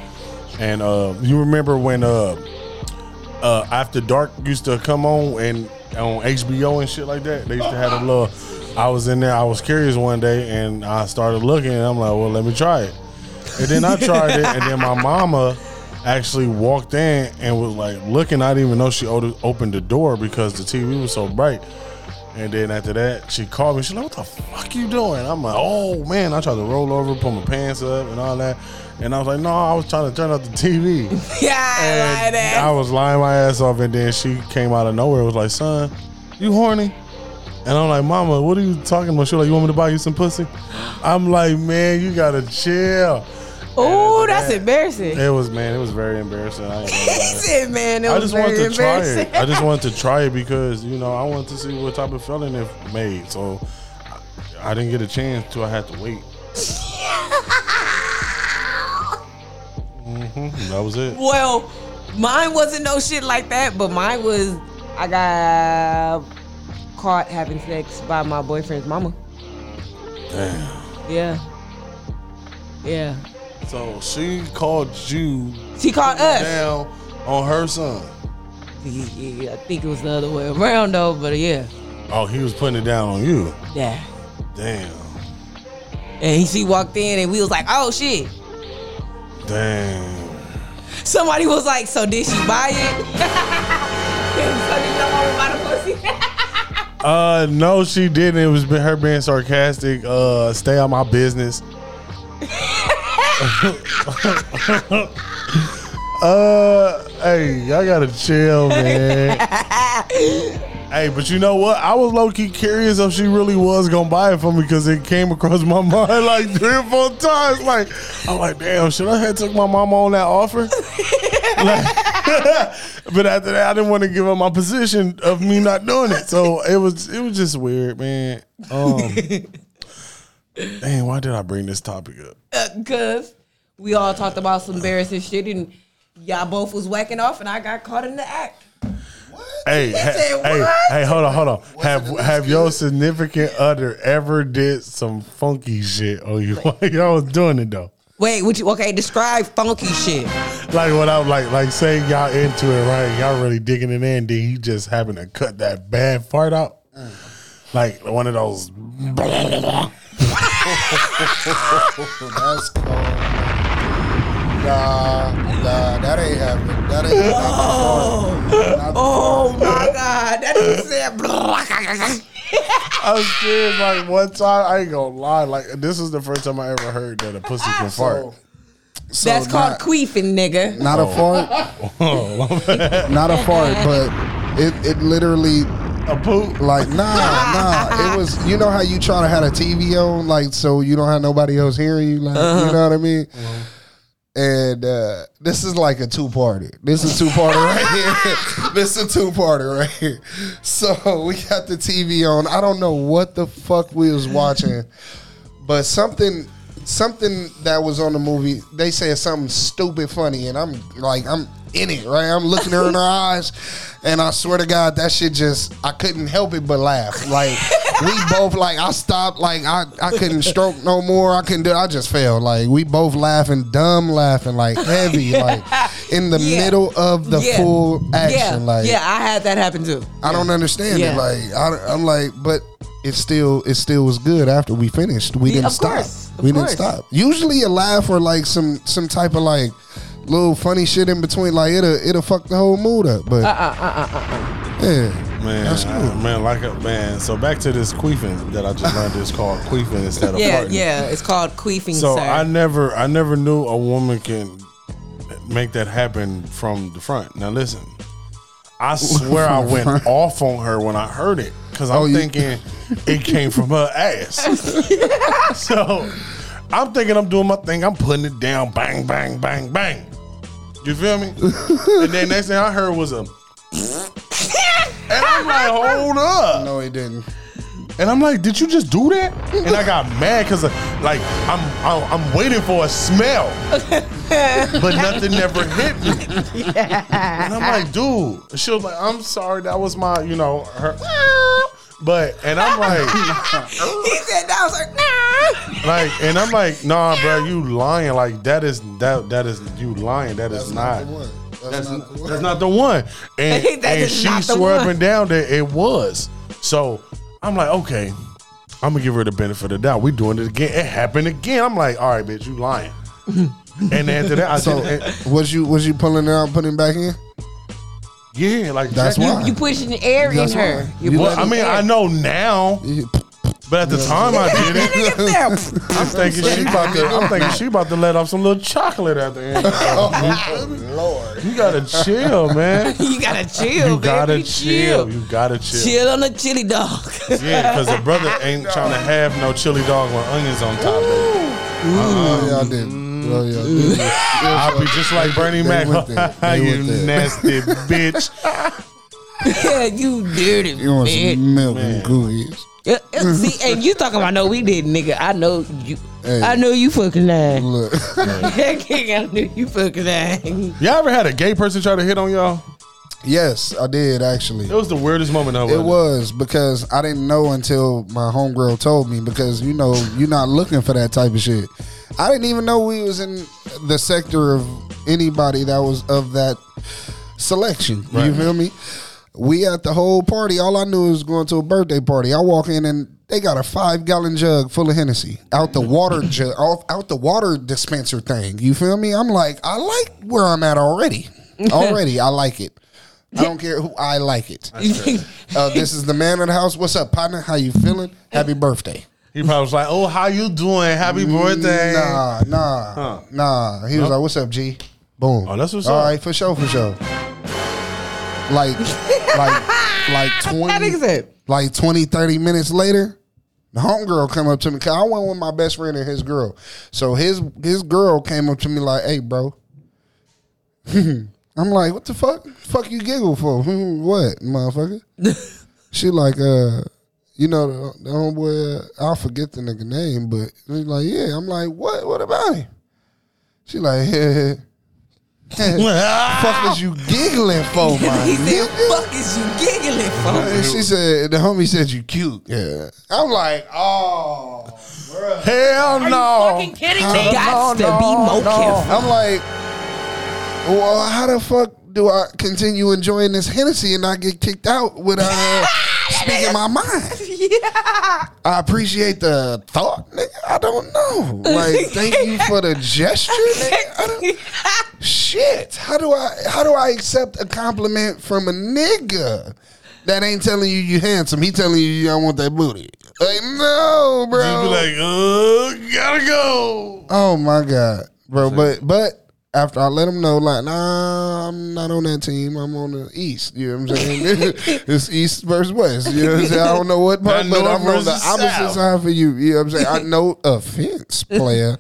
Speaker 1: and uh, you remember when uh, uh, After Dark used to come on and on HBO and shit like that. They used to have a little. I was in there. I was curious one day, and I started looking. And I'm like, well, let me try it. And then I tried it, and then my mama actually walked in and was like looking. I didn't even know she o- opened the door because the TV was so bright. And then after that, she called me. She's like, "What the fuck you doing?" I'm like, "Oh man!" I tried to roll over, pull my pants up, and all that. And I was like, "No, I was trying to turn up the TV."
Speaker 2: Yeah, I like
Speaker 1: And
Speaker 2: that.
Speaker 1: I was lying my ass off, and then she came out of nowhere. and Was like, "Son, you horny?" And I'm like, "Mama, what are you talking about?" She like, "You want me to buy you some pussy?" I'm like, "Man, you gotta chill."
Speaker 2: Oh, that's
Speaker 1: that.
Speaker 2: embarrassing.
Speaker 1: It was man, it was very embarrassing. I, ain't gonna
Speaker 2: He
Speaker 1: lie.
Speaker 2: said, man, it
Speaker 1: I
Speaker 2: was
Speaker 1: just
Speaker 2: very
Speaker 1: wanted to try
Speaker 2: embarrassing.
Speaker 1: it. I just wanted to try it because you know I wanted to see what type of feeling it made. So I, I didn't get a chance till I had to wait. hmm that was it.
Speaker 2: Well, mine wasn't no shit like that, but mine was I got caught having sex by my boyfriend's mama. Yeah. Yeah.
Speaker 1: So she called you
Speaker 2: She caught us.
Speaker 1: down on her son.
Speaker 2: Yeah, yeah, yeah. I think it was the other way around though, but yeah.
Speaker 1: Oh, he was putting it down on you.
Speaker 2: Yeah.
Speaker 1: Damn,
Speaker 2: And she walked in and we was like, oh shit.
Speaker 1: damn.
Speaker 2: Somebody was like, so did she buy it? So did your mama buy the pussy?
Speaker 1: Uh, no, she didn't. It was her being sarcastic. Uh, stay out my business. uh, hey, y'all gotta chill, man. hey, but you know what? I was low key curious if she really was gonna buy it for me because it came across my mind like three or four times. Like, I'm like, damn, should I have took my mama on that offer? but after that, I didn't want to give up my position of me not doing it. So it was it was just weird, man. Um, dang, why did I bring this topic up?
Speaker 2: Because we all talked about some embarrassing shit and y'all both was whacking off and I got caught in the act.
Speaker 1: Hey, ha-
Speaker 2: said,
Speaker 1: hey,
Speaker 2: "What?"
Speaker 1: hey, hold on, hold on. have have your significant other ever did some funky shit on you while y'all was doing it though?
Speaker 2: Wait, what you okay, describe funky shit.
Speaker 1: Like what I'm like, like say y'all into it, right? Y'all really digging it in, then he just happened to cut that bad part out.
Speaker 2: Mm.
Speaker 1: Like one of those
Speaker 3: That's cold. Nah, nah, that ain't happening. That ain't happening.
Speaker 2: Oh my god, that is said blah.
Speaker 1: I was scared like one time. I ain't gonna lie. Like this is the first time I ever heard that a pussy can fart.
Speaker 3: So, so
Speaker 2: That's called
Speaker 3: Oh, not,
Speaker 2: queefing, nigga.
Speaker 3: not a fart. not a fart, but it, it literally
Speaker 1: A poop.
Speaker 3: like nah nah. It was you know how you try to have a TV on like so you don't have nobody else hearing you like you know what I mean. And uh, this is like a two parter. This is two parter right here. this is a two parter right here. So we got the TV on. I don't know what the fuck we was watching, but something something that was on the movie. They said something stupid funny, and I'm like I'm in it right. I'm looking her in her eyes, and I swear to God that shit just I couldn't help it but laugh. Like we both like I stopped like I I couldn't stroke no more. I couldn't do. I just fell. Like we both laughing, dumb laughing, like heavy. Like in the
Speaker 2: Yeah.
Speaker 3: middle of the
Speaker 2: Yeah.
Speaker 3: full action.
Speaker 2: yeah,
Speaker 3: like
Speaker 2: yeah, I had that happen too.
Speaker 3: I don't understand
Speaker 2: Yeah.
Speaker 3: it. Like I, am like, but it still it still was good after we finished. We
Speaker 2: Yeah,
Speaker 3: didn't
Speaker 2: of
Speaker 3: stop.
Speaker 2: course, of
Speaker 3: we
Speaker 2: course.
Speaker 3: didn't stop. Usually a laugh or like some some type of like little funny shit in between. Like it'll it'll fuck the whole mood up. But
Speaker 2: Uh-uh,
Speaker 3: yeah,
Speaker 1: Man,
Speaker 3: That's cool.
Speaker 1: I- man, like a man. So back to this queefing that I just learned is called queefing instead of
Speaker 2: Yeah,
Speaker 1: farting.
Speaker 2: yeah, it's called queefing.
Speaker 1: So
Speaker 2: sir.
Speaker 1: I never, I never knew a woman can make that happen from the front. Now listen, I swear I went off on her when I heard it because I'm
Speaker 3: Oh, you-
Speaker 1: thinking it came from her ass. so I'm thinking I'm doing my thing. I'm putting it down, bang, bang, bang, bang. You feel me? and then next thing I heard was a, and I'm like, hold up.
Speaker 3: no, it didn't.
Speaker 1: And I'm like, did you just do that? And I got mad because, like, I'm, I'm I'm waiting for a smell, but nothing ever hit me. And I'm like, dude. And she was like, I'm sorry, that was my, you know, her. But and I'm like,
Speaker 2: he said that I was like, nah.
Speaker 1: like, and I'm like, nah, bro, you lying. Like that is that that is you lying. That is not.
Speaker 3: the one. That's, not the one.
Speaker 1: That's not the one. And,
Speaker 2: That
Speaker 1: and
Speaker 2: is
Speaker 1: she
Speaker 2: not the
Speaker 1: swore up
Speaker 2: one.
Speaker 1: and down that it was. So I'm like, okay, I'm gonna give her the benefit of the doubt. We doing it again. It happened again. I'm like, all right, bitch, you lying. and after that, I
Speaker 3: So
Speaker 1: said, eh,
Speaker 3: was you was you pulling it out, putting it back in?
Speaker 1: yeah, like
Speaker 3: That's
Speaker 1: Jackie-
Speaker 3: why.
Speaker 2: You pushing the air in
Speaker 3: That's
Speaker 2: her.
Speaker 3: why.
Speaker 2: You
Speaker 3: You
Speaker 1: Well, I mean, I know now, but at the time I did it.
Speaker 2: know.
Speaker 1: I'm thinking she about to. I'm thinking she about to let off some little chocolate at the end.
Speaker 3: Lord,
Speaker 1: You gotta chill, man.
Speaker 2: you gotta chill.
Speaker 1: You gotta
Speaker 2: baby,
Speaker 1: chill. You gotta chill.
Speaker 2: Chill on the chili dog.
Speaker 1: Yeah, because the brother ain't trying to have no chili dog with onions on top of it.
Speaker 3: oh, y'all did.
Speaker 1: Um,
Speaker 3: Oh, y'all did.
Speaker 1: I'll be just like Bernie
Speaker 3: They
Speaker 1: Mac.
Speaker 3: went there. They
Speaker 1: you
Speaker 3: went there.
Speaker 1: nasty bitch.
Speaker 2: yeah, you dirty
Speaker 3: You want
Speaker 2: bitch.
Speaker 3: some milk and cookies?
Speaker 2: Yeah, yeah, See, and you talking about no, we didn't, nigga. I know you.
Speaker 3: Hey.
Speaker 2: I know you fucking lying.
Speaker 3: Look,
Speaker 2: I knew you fucking lying.
Speaker 1: Y'all ever had a gay person try to hit on y'all?
Speaker 3: yes, I did actually.
Speaker 1: It was the weirdest moment of
Speaker 3: It was because I didn't know until my homegirl told me because you know you're not looking for that type of shit. I didn't even know we was in the sector of anybody that was of that selection. You feel me? We at the whole party. All I knew was going to a birthday party. I walk in and they got a five gallon jug full of Hennessy out the water jug out, out the water dispenser thing. You feel me? I'm like, I like where I'm at already. Already, I like it. I don't care who I like it. Uh, this is the man of the house. What's up, partner? How you feeling? Happy birthday.
Speaker 1: He probably was like, "Oh, how you doing? Happy
Speaker 3: Mm,
Speaker 1: birthday."
Speaker 3: Nah, nah, nah. He was like, "What's up, G?" Boom.
Speaker 1: Oh, that's what's
Speaker 3: All
Speaker 1: up.
Speaker 3: right, for sure, for sure. Like, like, like
Speaker 2: nigga
Speaker 3: twenty,
Speaker 2: said-
Speaker 3: like 20, 30 minutes later, the homegirl come up to me. Cause I went with my best friend and his girl. So his his girl came up to me like, "Hey, bro." I'm like, "What the fuck? fuck you giggle for? Hmm, what, motherfucker?" she like, "Uh." you know, the, the homeboy, uh, I'll forget the nigga name, but he's like, yeah. I'm like, what? What about him? She like, yeah. fuck is you giggling for,
Speaker 2: he
Speaker 3: my
Speaker 2: said,
Speaker 3: nigga?
Speaker 2: "Fuck is you giggling for?"
Speaker 3: And she said, the homie said you cute. Yeah. I'm like, oh, bruh.
Speaker 1: Hell
Speaker 6: Are
Speaker 1: no.
Speaker 6: you fucking kidding me?
Speaker 2: Got to be
Speaker 1: no,
Speaker 2: more careful.
Speaker 3: I'm like, well, how the fuck do I continue enjoying this Hennessy and not get kicked out without uh, speaking my mind? I appreciate the thought, nigga. I don't know. Like, thank you for the gesture. Nigga. I don't, shit, how do I how do I accept a compliment from a nigga that ain't telling you you handsome? He telling you you don't want that booty. Like, no, bro.
Speaker 1: Just be like, "Uh, gotta go."
Speaker 3: Oh my god, bro! But but after I let him know, like, nah, I'm not on that team. I'm on the East. You know what I'm saying? it's East versus West. You know what I'm saying? I don't know what part, but
Speaker 1: North
Speaker 3: I'm on the
Speaker 1: versus
Speaker 3: opposite
Speaker 1: South.
Speaker 3: side for you. You know what I'm saying? I know offense, player.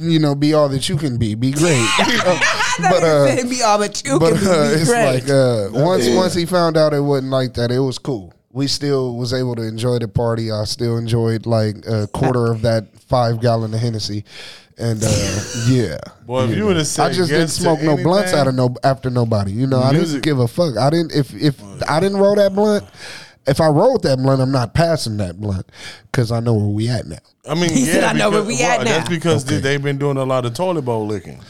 Speaker 3: You know, be all that you can be. Be great. You know? but uh,
Speaker 2: It'd be all but you
Speaker 3: but
Speaker 2: can be
Speaker 3: uh, it's
Speaker 2: great.
Speaker 3: like uh, once once he found out it wasn't like that, it was cool. We still was able to enjoy the party. I still enjoyed like a quarter of that five gallon of Hennessy, and uh, yeah.
Speaker 1: Boy, if you would have said,
Speaker 3: I just didn't
Speaker 1: yes to
Speaker 3: smoke no blunts
Speaker 1: anything-
Speaker 3: out of no after nobody. You know, I
Speaker 1: Music.
Speaker 3: didn't give a fuck. I didn't if if I didn't roll that blunt. If I rolled that blunt, I'm not passing that blunt because I know where we at now.
Speaker 1: I mean,
Speaker 2: He
Speaker 1: yeah,
Speaker 2: said, "I know where we at
Speaker 1: well, That's
Speaker 2: now."
Speaker 1: because they- they've been doing a lot of toilet bowl licking.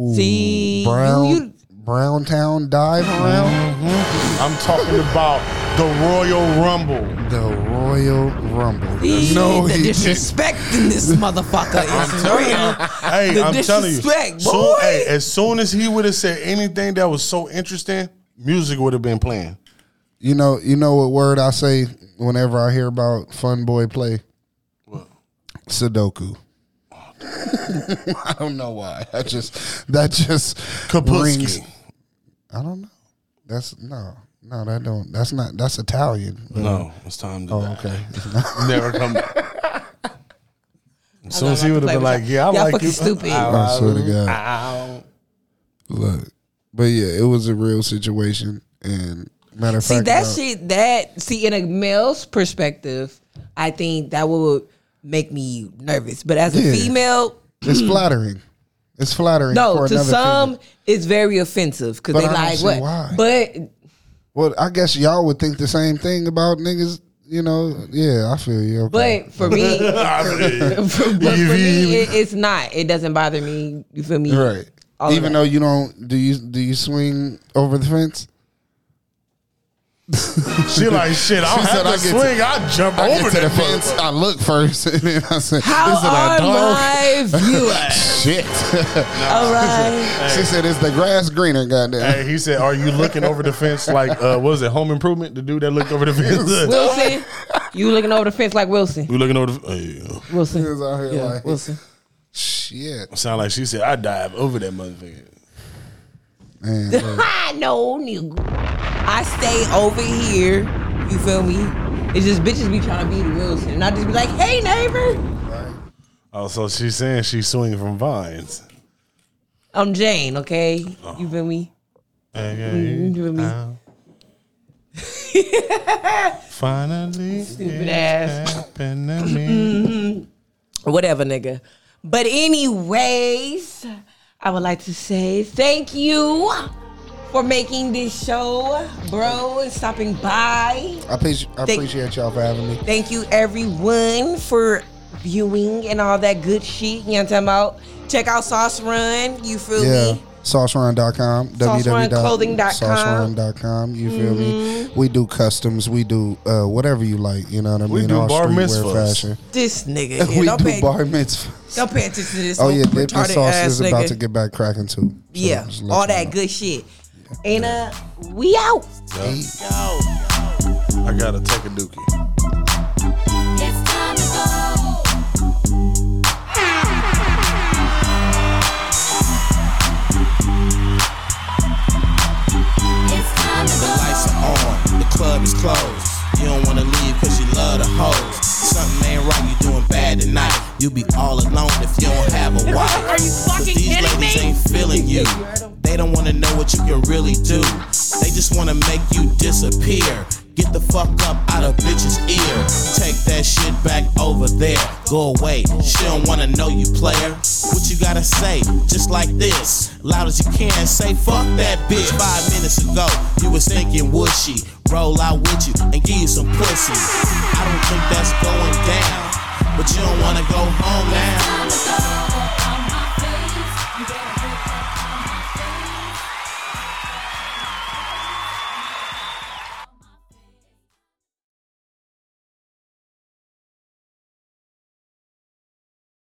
Speaker 3: Ooh,
Speaker 2: See, you-
Speaker 3: brown
Speaker 2: you-
Speaker 3: brown town dive around
Speaker 1: I'm talking about the Royal Rumble.
Speaker 3: the Royal Rumble.
Speaker 2: no, the
Speaker 3: he didn't.
Speaker 2: disrespect in this motherfucker is real.
Speaker 1: Hey,
Speaker 2: The
Speaker 1: I'm telling you.
Speaker 2: disrespect,
Speaker 1: soon-
Speaker 2: boy.
Speaker 1: hey, as soon as he would have said anything that was so interesting, music would have been playing.
Speaker 3: You know, you know what word I say whenever I hear about fun boy play?
Speaker 1: What?
Speaker 3: Sudoku. I don't know why. I just that just rings-
Speaker 1: Kaputski.
Speaker 3: I don't know. That's no, no, that don't. That's not. That's Italian.
Speaker 1: No, it's time to
Speaker 3: Oh,
Speaker 1: die.
Speaker 3: okay.
Speaker 1: never come back. As soon as he
Speaker 2: I
Speaker 1: would have
Speaker 2: play
Speaker 1: been
Speaker 2: with
Speaker 1: like,
Speaker 2: y'all.
Speaker 1: "Yeah, I
Speaker 2: Y'all
Speaker 1: like
Speaker 2: fucking
Speaker 1: you."
Speaker 2: stupid.
Speaker 3: I swear to God.
Speaker 1: Ow.
Speaker 3: Look, but yeah, it was a real situation. And matter of
Speaker 2: See
Speaker 3: fact,
Speaker 2: that
Speaker 3: about-
Speaker 2: shit. That see in a male's perspective, I think that would make me nervous. But as a
Speaker 3: Yeah.
Speaker 2: female,
Speaker 3: It's flattering. It's flattering.
Speaker 2: no.
Speaker 3: for
Speaker 2: To
Speaker 3: another
Speaker 2: some,
Speaker 3: female.
Speaker 2: it's very offensive because
Speaker 3: But
Speaker 2: they
Speaker 3: I don't
Speaker 2: like
Speaker 3: see
Speaker 2: what.
Speaker 3: why.
Speaker 2: But
Speaker 3: Well, I guess y'all would think the same thing about niggas. You know, yeah, I feel you. Okay.
Speaker 2: but for me,
Speaker 1: I mean,
Speaker 2: but for me, it, it's not. It doesn't bother me. You feel me?
Speaker 3: right,
Speaker 2: All of
Speaker 3: even
Speaker 2: that.
Speaker 3: though you don't, do you do you swing over the fence?
Speaker 1: she like shit. I don't
Speaker 3: She said,
Speaker 1: have
Speaker 3: "I
Speaker 1: to
Speaker 3: get to-
Speaker 1: swing. I jump
Speaker 3: I
Speaker 1: over
Speaker 3: get to
Speaker 1: the
Speaker 3: the fence.
Speaker 1: fence.
Speaker 3: I look first, and then I say,
Speaker 2: How
Speaker 3: "Is it a
Speaker 2: are
Speaker 3: dog?"
Speaker 2: my viewers?
Speaker 3: Shit.
Speaker 2: All right.
Speaker 3: she said, "It's the grass greener." Goddamn.
Speaker 1: Hey, he said, "Are you looking over the fence like uh, what is it? Home Improvement? The dude that looked over the fence.
Speaker 2: Wilson, you looking over the fence like Wilson.
Speaker 1: we looking over the fence.
Speaker 2: Wilson.
Speaker 3: Niggas out here
Speaker 2: Yeah,
Speaker 3: like-
Speaker 2: Wilson.
Speaker 3: Shit,
Speaker 1: Sound like she said, "I dive over that motherfucker."
Speaker 3: man. look.
Speaker 2: I know, nigga. I stay over here. You feel me? It's just bitches be trying to be the Wilson. And I just be like, hey, neighbor.
Speaker 1: Oh, so she's saying she's swinging from vines.
Speaker 2: I'm Jane, okay?
Speaker 3: Oh.
Speaker 2: You feel me? Mm, You feel me?
Speaker 1: uh, Finally,
Speaker 2: Stupid
Speaker 1: it's
Speaker 2: ass.
Speaker 1: happened to me.
Speaker 2: Whatever, nigga. But, anyways, I would like to say thank you for making this show, bro, and stopping by.
Speaker 3: I, appreciate, I appreciate y'all for having me.
Speaker 2: Thank you everyone for viewing and all that good shit. You know what I'm talking about? Check out Sauce Run. You feel
Speaker 3: Yeah.
Speaker 2: me?
Speaker 3: SauceRun.com,
Speaker 2: SauceRunClothing.com.
Speaker 3: www.saucerun.com. You feel me?
Speaker 2: Mm-hmm.
Speaker 3: We do customs. We do uh, whatever you like. You know what I mean?
Speaker 1: We do
Speaker 3: All
Speaker 1: bar
Speaker 3: streetwear
Speaker 1: mitzvahs.
Speaker 3: fashion.
Speaker 2: This nigga.
Speaker 3: we
Speaker 2: Here. Don't,
Speaker 3: do
Speaker 2: pay,
Speaker 3: bar mitzvahs.
Speaker 2: don't pay attention to this.
Speaker 3: Oh, yeah.
Speaker 2: little
Speaker 3: Dip and
Speaker 2: retarded
Speaker 3: sauce
Speaker 2: ass
Speaker 3: is about
Speaker 2: nigga.
Speaker 3: to get back cracking, too. So
Speaker 2: Yeah.
Speaker 3: just let
Speaker 2: All
Speaker 3: you
Speaker 2: that
Speaker 3: know.
Speaker 2: good shit. And uh, we out.
Speaker 1: I gotta take a dookie.
Speaker 9: It's time to go. It's time to
Speaker 10: The
Speaker 9: go.
Speaker 10: lights are on, the club is closed. You don't wanna leave cause you love the hoes. Something ain't right, you doing bad tonight. You be all alone if you don't have a wife.
Speaker 6: Are you
Speaker 10: But
Speaker 6: fucking
Speaker 10: these
Speaker 6: kidding
Speaker 10: ladies
Speaker 6: me?
Speaker 10: ain't feeling you. They don't wanna know what you can really do. They just wanna make you disappear. Get the fuck up out of bitch's ear. Take that shit back over there. Go away. She don't wanna know you, player. What you gotta say? Just like this, loud as you can. Say fuck that bitch. Five minutes ago, you was thinking would she roll out with you and give you some pussy? I don't think that's going down. But you don't wanna go home now.